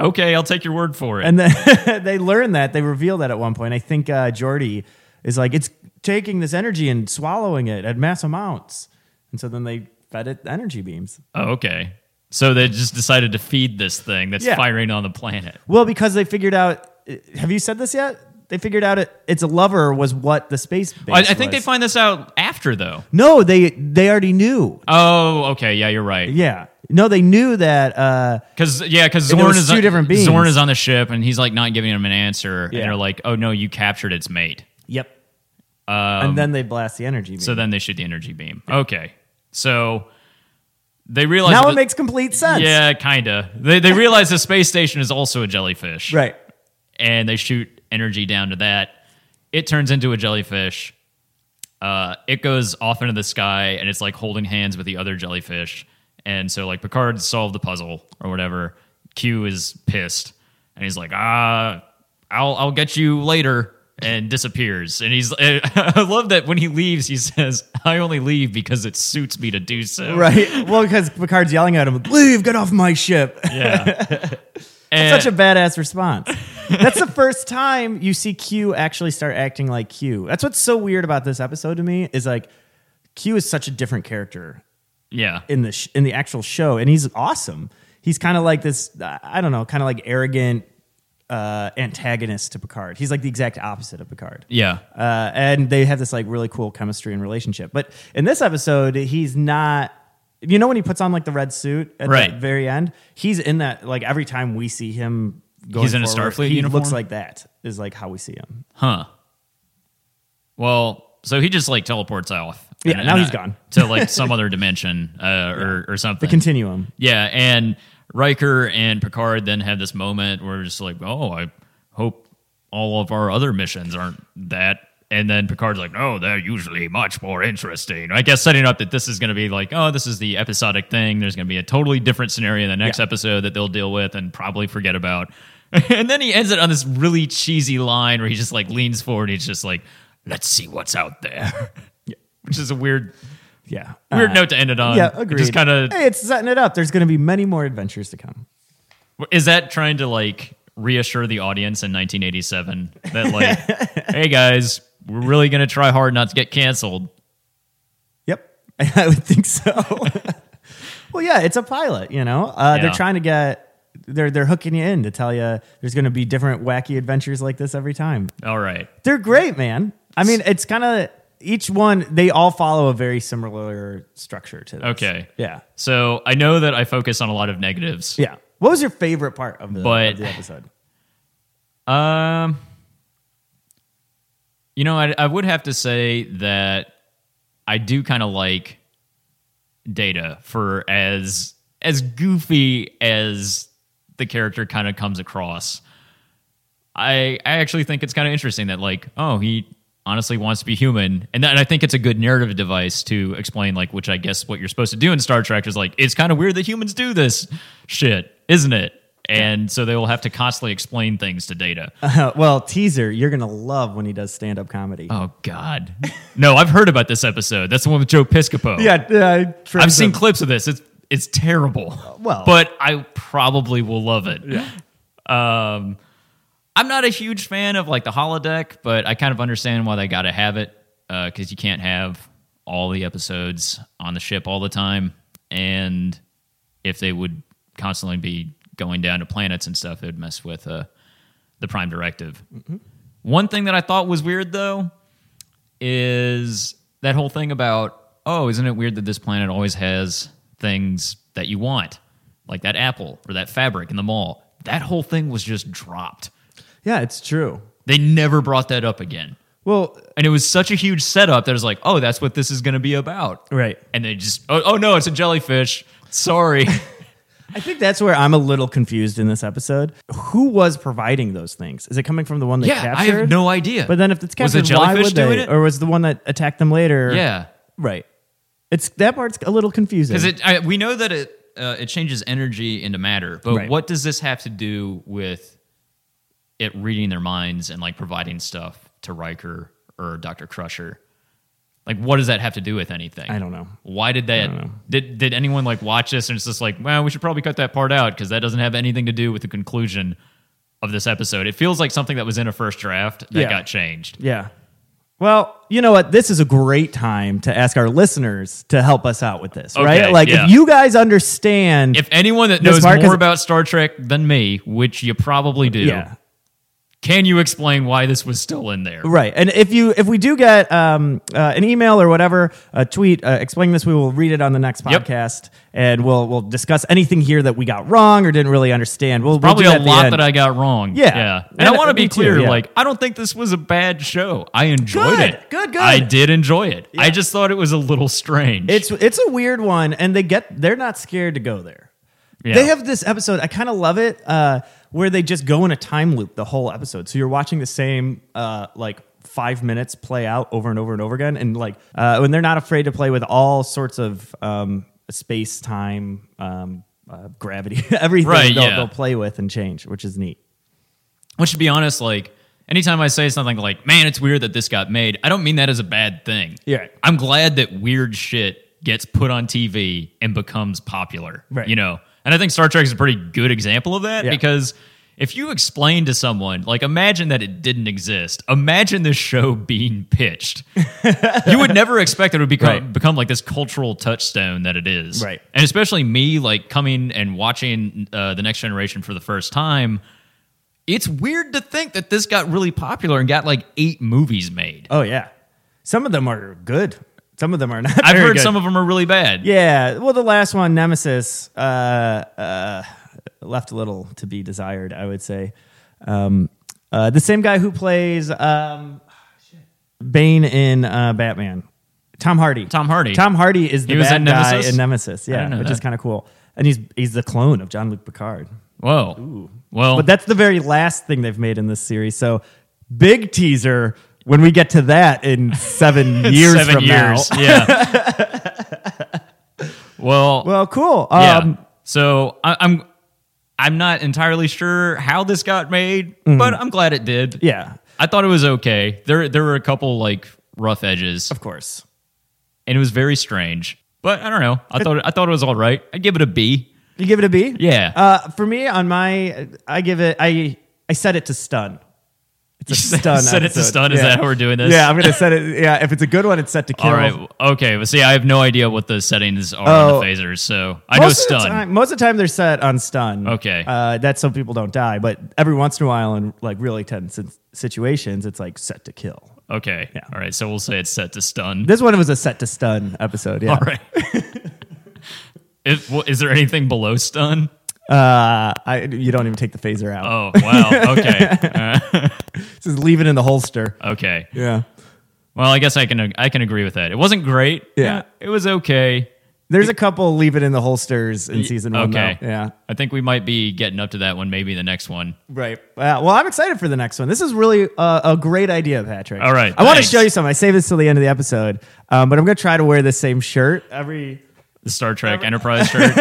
Speaker 2: okay, I'll take your word for it.
Speaker 3: And then they learn that they reveal that at one point. I think uh, Jordy is like, it's taking this energy and swallowing it at mass amounts, and so then they fed it energy beams.
Speaker 2: oh, okay. So they just decided to feed this thing that's
Speaker 3: Yeah.
Speaker 2: firing on the planet.
Speaker 3: Well, because they figured out. uh, Have you said this yet? They figured out it, it's a lover was what the space. Base
Speaker 2: I, I think they
Speaker 3: was.
Speaker 2: find this out after though.
Speaker 3: No, they they already knew.
Speaker 2: Oh, okay. Yeah, you're right.
Speaker 3: Yeah. No, they knew that. Uh,
Speaker 2: Because yeah, because
Speaker 3: And there
Speaker 2: Zorn
Speaker 3: was
Speaker 2: is
Speaker 3: two
Speaker 2: on,
Speaker 3: different beings.
Speaker 2: Zorn is on the ship, and he's like not giving him an answer,
Speaker 3: Yeah.
Speaker 2: and they're like, "Oh no, you captured its mate."
Speaker 3: yep.
Speaker 2: Um,
Speaker 3: and then they blast the energy beam.
Speaker 2: so then they shoot the energy beam. Okay, so they realize
Speaker 3: now
Speaker 2: that-
Speaker 3: it makes complete sense.
Speaker 2: yeah, kinda. They they realize the space station is also a jellyfish,
Speaker 3: Right.
Speaker 2: And they shoot energy down to that. It turns into a jellyfish. Uh, it goes off into the sky, and it's like holding hands with the other jellyfish. And so, like Picard solved the puzzle or whatever. Q is pissed, and he's like, "Ah, I'll I'll get you later," and disappears. And he's I love that when he leaves, he says, "I only leave because it suits me to do so."
Speaker 3: Right. Well, because Picard's yelling at him, "Leave! Get off my ship!"
Speaker 2: Yeah. And-
Speaker 3: Such a badass response. That's the first time you see Q actually start acting like Q. That's what's so weird about this episode to me is like Q is such a different character
Speaker 2: yeah.
Speaker 3: in the sh- in the actual show, and he's awesome. He's kind of like this, uh, I don't know, kind of like arrogant uh, antagonist to Picard. He's like the exact opposite of Picard.
Speaker 2: yeah.
Speaker 3: Uh, and they have this like really cool chemistry and relationship. But in this episode, he's not. You know when he puts on like the red suit at
Speaker 2: Right.
Speaker 3: the very end, he's in that like every time we see him. Going
Speaker 2: He's in a
Speaker 3: forward,
Speaker 2: Starfleet
Speaker 3: he
Speaker 2: uniform?
Speaker 3: Looks like that is like how we see him.
Speaker 2: Huh. Well, so he just like teleports off.
Speaker 3: Yeah, now he's
Speaker 2: uh,
Speaker 3: gone.
Speaker 2: to like some other dimension uh, or or something.
Speaker 3: Continuum.
Speaker 2: yeah, and Riker and Picard then have this moment where it's just like, oh, I hope all of our other missions aren't that. And then Picard's like, no, they're usually much more interesting. I guess setting up that this is going to be like, oh, this is the episodic thing. There's going to be a totally different scenario in the next
Speaker 3: Yeah.
Speaker 2: episode that they'll deal with and probably forget about. and then he ends it on this really cheesy line where he just like leans forward. he's just like, let's see what's out there, which is a weird,
Speaker 3: Yeah.
Speaker 2: weird
Speaker 3: Uh,
Speaker 2: note to end it on.
Speaker 3: yeah,
Speaker 2: It
Speaker 3: agreed.
Speaker 2: Just kind of
Speaker 3: Hey, it's setting it up. There's going to be many more adventures to come.
Speaker 2: Is that trying to like reassure the audience in 1987 that like, hey guys, we're really gonna try hard not to get canceled?
Speaker 3: Yep, I would think so. well, yeah, it's a pilot. You know, uh,
Speaker 2: Yeah.
Speaker 3: they're trying to get they're they're hooking you in to tell you there's going to be different wacky adventures like this every time.
Speaker 2: All right,
Speaker 3: They're great, man. I mean, it's kind of each one. They all follow a very similar structure to this.
Speaker 2: okay.
Speaker 3: Yeah.
Speaker 2: So I know that I focus on a lot of negatives.
Speaker 3: Yeah. What was your favorite part of the,
Speaker 2: But-
Speaker 3: of the episode?
Speaker 2: Um, you know, I, I would have to say that I do kind of like Data for as as goofy as the character kind of comes across. I I actually think it's kind of interesting that like oh he honestly wants to be human and that I think it's a good narrative device to explain like which I guess what you're supposed to do in Star Trek is like it's kind of weird that humans do this shit isn't it and so they will have to constantly explain things to Data
Speaker 3: well, teaser, you're gonna love when he does stand up comedy.
Speaker 2: oh God no I've heard about this episode that's the one with Joe Piscopo
Speaker 3: yeah, yeah,
Speaker 2: I've seen clips of this. It's it's terrible.
Speaker 3: well-
Speaker 2: but I probably will love it. Yeah. Um, I'm not a huge fan of like the holodeck, but I kind of understand why they got to have it because you can't have all the episodes on the ship all the time, and if they would constantly be going down to planets and stuff, it would mess with uh, the Prime Directive. One thing that I thought was weird though is that whole thing about oh isn't it weird that this planet always has things that you want like that apple or that fabric in the mall that whole thing was just dropped
Speaker 3: yeah, it's true.
Speaker 2: they never brought that up again
Speaker 3: Well,
Speaker 2: and it was such a huge setup that it was like oh that's what this is going to be about
Speaker 3: right.
Speaker 2: and they just oh, oh no it's a jellyfish sorry
Speaker 3: I think that's where I'm a little confused in this episode. Who was providing those things? Is it coming from the one that
Speaker 2: yeah i
Speaker 3: captured?
Speaker 2: have no idea
Speaker 3: But then if it's
Speaker 2: Was the
Speaker 3: captured, why
Speaker 2: jellyfish
Speaker 3: would they?
Speaker 2: doing it?
Speaker 3: Or was the one that attacked them later?
Speaker 2: yeah
Speaker 3: right. It's that part's a little confusing.
Speaker 2: Because it, I, we know that it uh, it changes energy into matter, but
Speaker 3: Right.
Speaker 2: what does this have to do with it reading their minds and like providing stuff to Riker or Doctor Crusher? Like, what does that have to do with anything?
Speaker 3: I don't know.
Speaker 2: Why did that? Did did anyone like watch this and it's just like, well, we should probably cut that part out because that doesn't have anything to do with the conclusion of this episode. It feels like something that was in a first draft that
Speaker 3: Yeah.
Speaker 2: got changed.
Speaker 3: Yeah. Well, you know what? This is a great time to ask our listeners to help us out with this,
Speaker 2: Okay,
Speaker 3: right? Like,
Speaker 2: yeah.
Speaker 3: if you guys understand,
Speaker 2: If anyone that
Speaker 3: Miss
Speaker 2: knows
Speaker 3: Marcus-
Speaker 2: more about Star Trek than me, which you probably do,
Speaker 3: yeah,
Speaker 2: can you explain why this was still in there?
Speaker 3: right. And if you if we do get um, uh, an email or whatever, a tweet uh, explaining this, we will read it on the next
Speaker 2: Yep.
Speaker 3: podcast, and we'll we'll discuss anything here that we got wrong or didn't really understand. We'll
Speaker 2: Probably
Speaker 3: we'll
Speaker 2: a
Speaker 3: do that at the
Speaker 2: lot
Speaker 3: end.
Speaker 2: that I got wrong.
Speaker 3: Yeah.
Speaker 2: And, I
Speaker 3: And,
Speaker 2: want
Speaker 3: uh,
Speaker 2: to be
Speaker 3: me too,
Speaker 2: clear,
Speaker 3: yeah.
Speaker 2: like, I don't think this was a bad show. I enjoyed
Speaker 3: Good,
Speaker 2: it.
Speaker 3: good, good.
Speaker 2: I did enjoy it. I just thought it was a little strange.
Speaker 3: It's it's a weird one, and they get they're not scared to go there.
Speaker 2: Yeah.
Speaker 3: They have this episode. I kind of love it uh, where they just go in a time loop the whole episode. So you're watching the same uh, like five minutes play out over and over and over again, and like uh, when they're not afraid to play with all sorts of um, space time. Um, uh, gravity, everything
Speaker 2: Right,
Speaker 3: they'll,
Speaker 2: yeah.
Speaker 3: they'll play with and change, which is neat.
Speaker 2: Which, to be honest, like, anytime I say something like, man, it's weird that this got made, I don't mean that as a bad thing.
Speaker 3: Yeah.
Speaker 2: I'm glad that weird shit gets put on TV and becomes popular.
Speaker 3: Right.
Speaker 2: You know? And I think Star Trek is a pretty good example of that
Speaker 3: Yeah.
Speaker 2: because if you explain to someone, like, imagine that it didn't exist, imagine this show being pitched. you would never expect it would become
Speaker 3: Right.
Speaker 2: become like this cultural touchstone that it is,
Speaker 3: Right.
Speaker 2: And especially me, like coming and watching uh, the Next Generation for the first time, it's weird to think that this got really popular and got like eight movies made.
Speaker 3: Oh yeah, some of them are good. Some of them are not.
Speaker 2: I've
Speaker 3: very
Speaker 2: heard
Speaker 3: good.
Speaker 2: some of them are really bad.
Speaker 3: Yeah. Well, the last one, Nemesis, uh, uh, left a little to be desired, I would say. Um, uh, the same guy who plays um, Bane in uh, Batman, Tom Hardy.
Speaker 2: Tom Hardy.
Speaker 3: Tom Hardy is the
Speaker 2: He was
Speaker 3: bad
Speaker 2: in
Speaker 3: guy
Speaker 2: Nemesis?
Speaker 3: in Nemesis.
Speaker 2: didn't know
Speaker 3: Yeah, which is
Speaker 2: that.
Speaker 3: kind of cool. And he's he's the clone of John Luke Picard.
Speaker 2: Whoa. Well,
Speaker 3: But that's the very last thing they've made in this series. So big teaser when we get to that in seven years
Speaker 2: seven
Speaker 3: from
Speaker 2: years.
Speaker 3: now.
Speaker 2: Yeah. well,
Speaker 3: Well, cool.
Speaker 2: yeah.
Speaker 3: Um,
Speaker 2: so I, I'm. I'm not entirely sure how this got made,
Speaker 3: Mm-hmm.
Speaker 2: but I'm glad it did.
Speaker 3: yeah.
Speaker 2: I thought it was okay. There there were a couple like rough edges,
Speaker 3: Of course.
Speaker 2: and it was very strange. But I don't know. I thought I thought it was all right. I'd give it a B.
Speaker 3: You give it a B?
Speaker 2: Yeah.
Speaker 3: Uh, for me, on my, I give it. I I set it to stun. It's a
Speaker 2: You
Speaker 3: stun.
Speaker 2: set it to
Speaker 3: episode.
Speaker 2: stun? Is that how we're doing this?
Speaker 3: Yeah, I'm gonna set it. Yeah, if it's a good one, it's set to kill.
Speaker 2: all right. Okay. But see, I have no idea what the settings are
Speaker 3: Oh.
Speaker 2: on the phasers, so I know
Speaker 3: Most of the
Speaker 2: stun.
Speaker 3: time- most of the time, they're set on stun.
Speaker 2: Okay.
Speaker 3: Uh, that's so people don't die. But every once in a while, in like really tense sin- situations, it's like set to kill.
Speaker 2: Okay. All right. So we'll say it's set to stun.
Speaker 3: This one was a set to stun episode. Yeah.
Speaker 2: all right. If, well, is there anything below stun?
Speaker 3: Uh, I, you don't even take the phaser out.
Speaker 2: Oh wow. Okay.
Speaker 3: Just leave it in the
Speaker 2: Uh.
Speaker 3: holster.
Speaker 2: okay.
Speaker 3: Yeah.
Speaker 2: Well, I guess I can I can agree with that. It wasn't great.
Speaker 3: Yeah.
Speaker 2: It was okay.
Speaker 3: There's a couple leave it in the holsters in season one.
Speaker 2: okay.
Speaker 3: though. Yeah.
Speaker 2: I think we might be getting up to that one, maybe the next one.
Speaker 3: Right. Uh, well, I'm excited for the next one. This is really uh, a great idea, Patrick.
Speaker 2: All right,
Speaker 3: I want to
Speaker 2: thanks.
Speaker 3: show you something. I save this till the end of the episode, um, but I'm going to try to wear this same shirt every
Speaker 2: The Star Trek Enterprise shirt.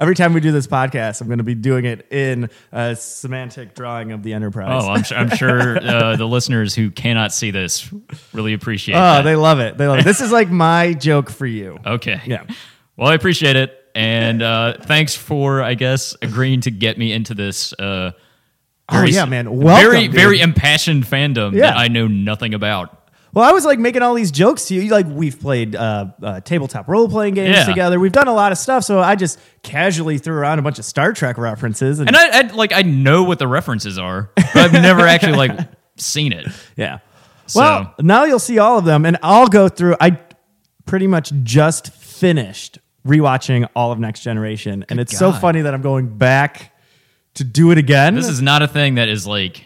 Speaker 3: every time we do this podcast. I'm going to be doing it in a semantic drawing of the Enterprise.
Speaker 2: Oh, I'm, su- I'm sure uh, the listeners who cannot see this really appreciate
Speaker 3: Oh,
Speaker 2: that.
Speaker 3: they love it. They love it. This is like my joke for you.
Speaker 2: Okay.
Speaker 3: Yeah.
Speaker 2: Well, I appreciate it. And uh, thanks for, I guess, agreeing to get me into this. Uh,
Speaker 3: Oh,
Speaker 2: very-
Speaker 3: yeah, man. Welcome,
Speaker 2: very,
Speaker 3: dude.
Speaker 2: very impassioned fandom
Speaker 3: Yeah.
Speaker 2: that I know nothing about.
Speaker 3: Well, I was like making all these jokes to you. Like we've played uh, uh, tabletop role playing games
Speaker 2: Yeah.
Speaker 3: together. We've done a lot of stuff. So I just casually threw around a bunch of Star Trek references. And,
Speaker 2: And I, I like, I know what the references are, but I've never actually like seen it.
Speaker 3: yeah.
Speaker 2: So-
Speaker 3: Well, now you'll see all of them, and I'll go through. I pretty much just finished rewatching all of Next Generation, and it's so
Speaker 2: God.
Speaker 3: funny that I'm going back to do it again.
Speaker 2: This is not a thing that is like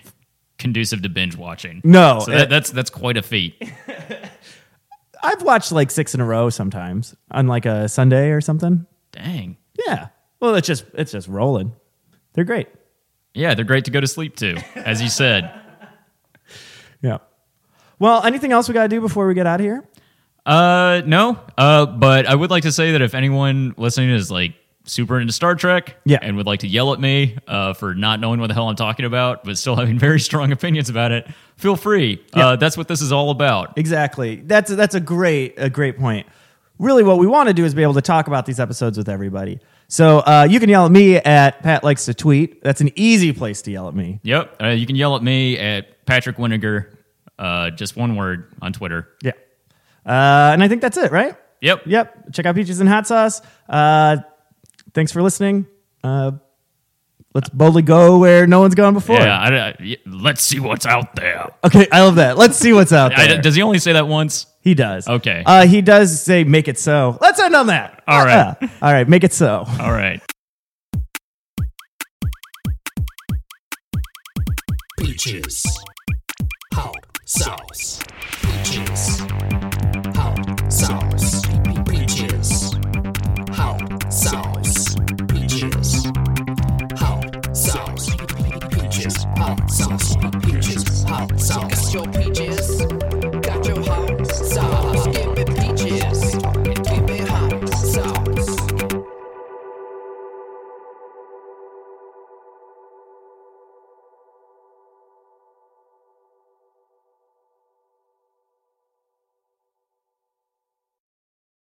Speaker 2: conducive to binge watching.
Speaker 3: No,
Speaker 2: so
Speaker 3: it-
Speaker 2: that, that's that's quite a feat.
Speaker 3: I've watched like six in a row sometimes on like a Sunday or something.
Speaker 2: Dang.
Speaker 3: Yeah. Well, it's just it's just rolling. They're great.
Speaker 2: Yeah, they're great to go to sleep to, as you said.
Speaker 3: Yeah. Well, anything else we got to do before we get out of here?
Speaker 2: Uh, no. Uh, but I would like to say that if anyone listening is like super into Star Trek,
Speaker 3: Yeah.
Speaker 2: and would like to yell at me uh, for not knowing what the hell I'm talking about, but still having very strong opinions about it, feel free. Uh, that's what this is all about.
Speaker 3: Exactly. That's that's a great a great point. Really, what we want to do is be able to talk about these episodes with everybody. So uh, you can yell at me at Pat likes to tweet. That's an easy place to yell at me.
Speaker 2: Yep. Uh, you can yell at me at Patrick Winiger, uh, just one word on Twitter.
Speaker 3: Yeah. Uh, and I think that's it, right?
Speaker 2: Yep.
Speaker 3: Yep. Check out Peaches and Hot Sauce. Uh, thanks for listening. Uh, let's boldly go where no one's gone before.
Speaker 2: Yeah. I, I- y- let's see what's out there.
Speaker 3: Okay, I love that. Let's see what's out
Speaker 2: I-
Speaker 3: there.
Speaker 2: does he only say that once?
Speaker 3: he does.
Speaker 2: Okay.
Speaker 3: Uh, he does say make it so. Let's end on that.
Speaker 2: All right.
Speaker 3: Yeah. All right. Make it so.
Speaker 2: All right.
Speaker 4: Peaches. Hot sauce. Peaches.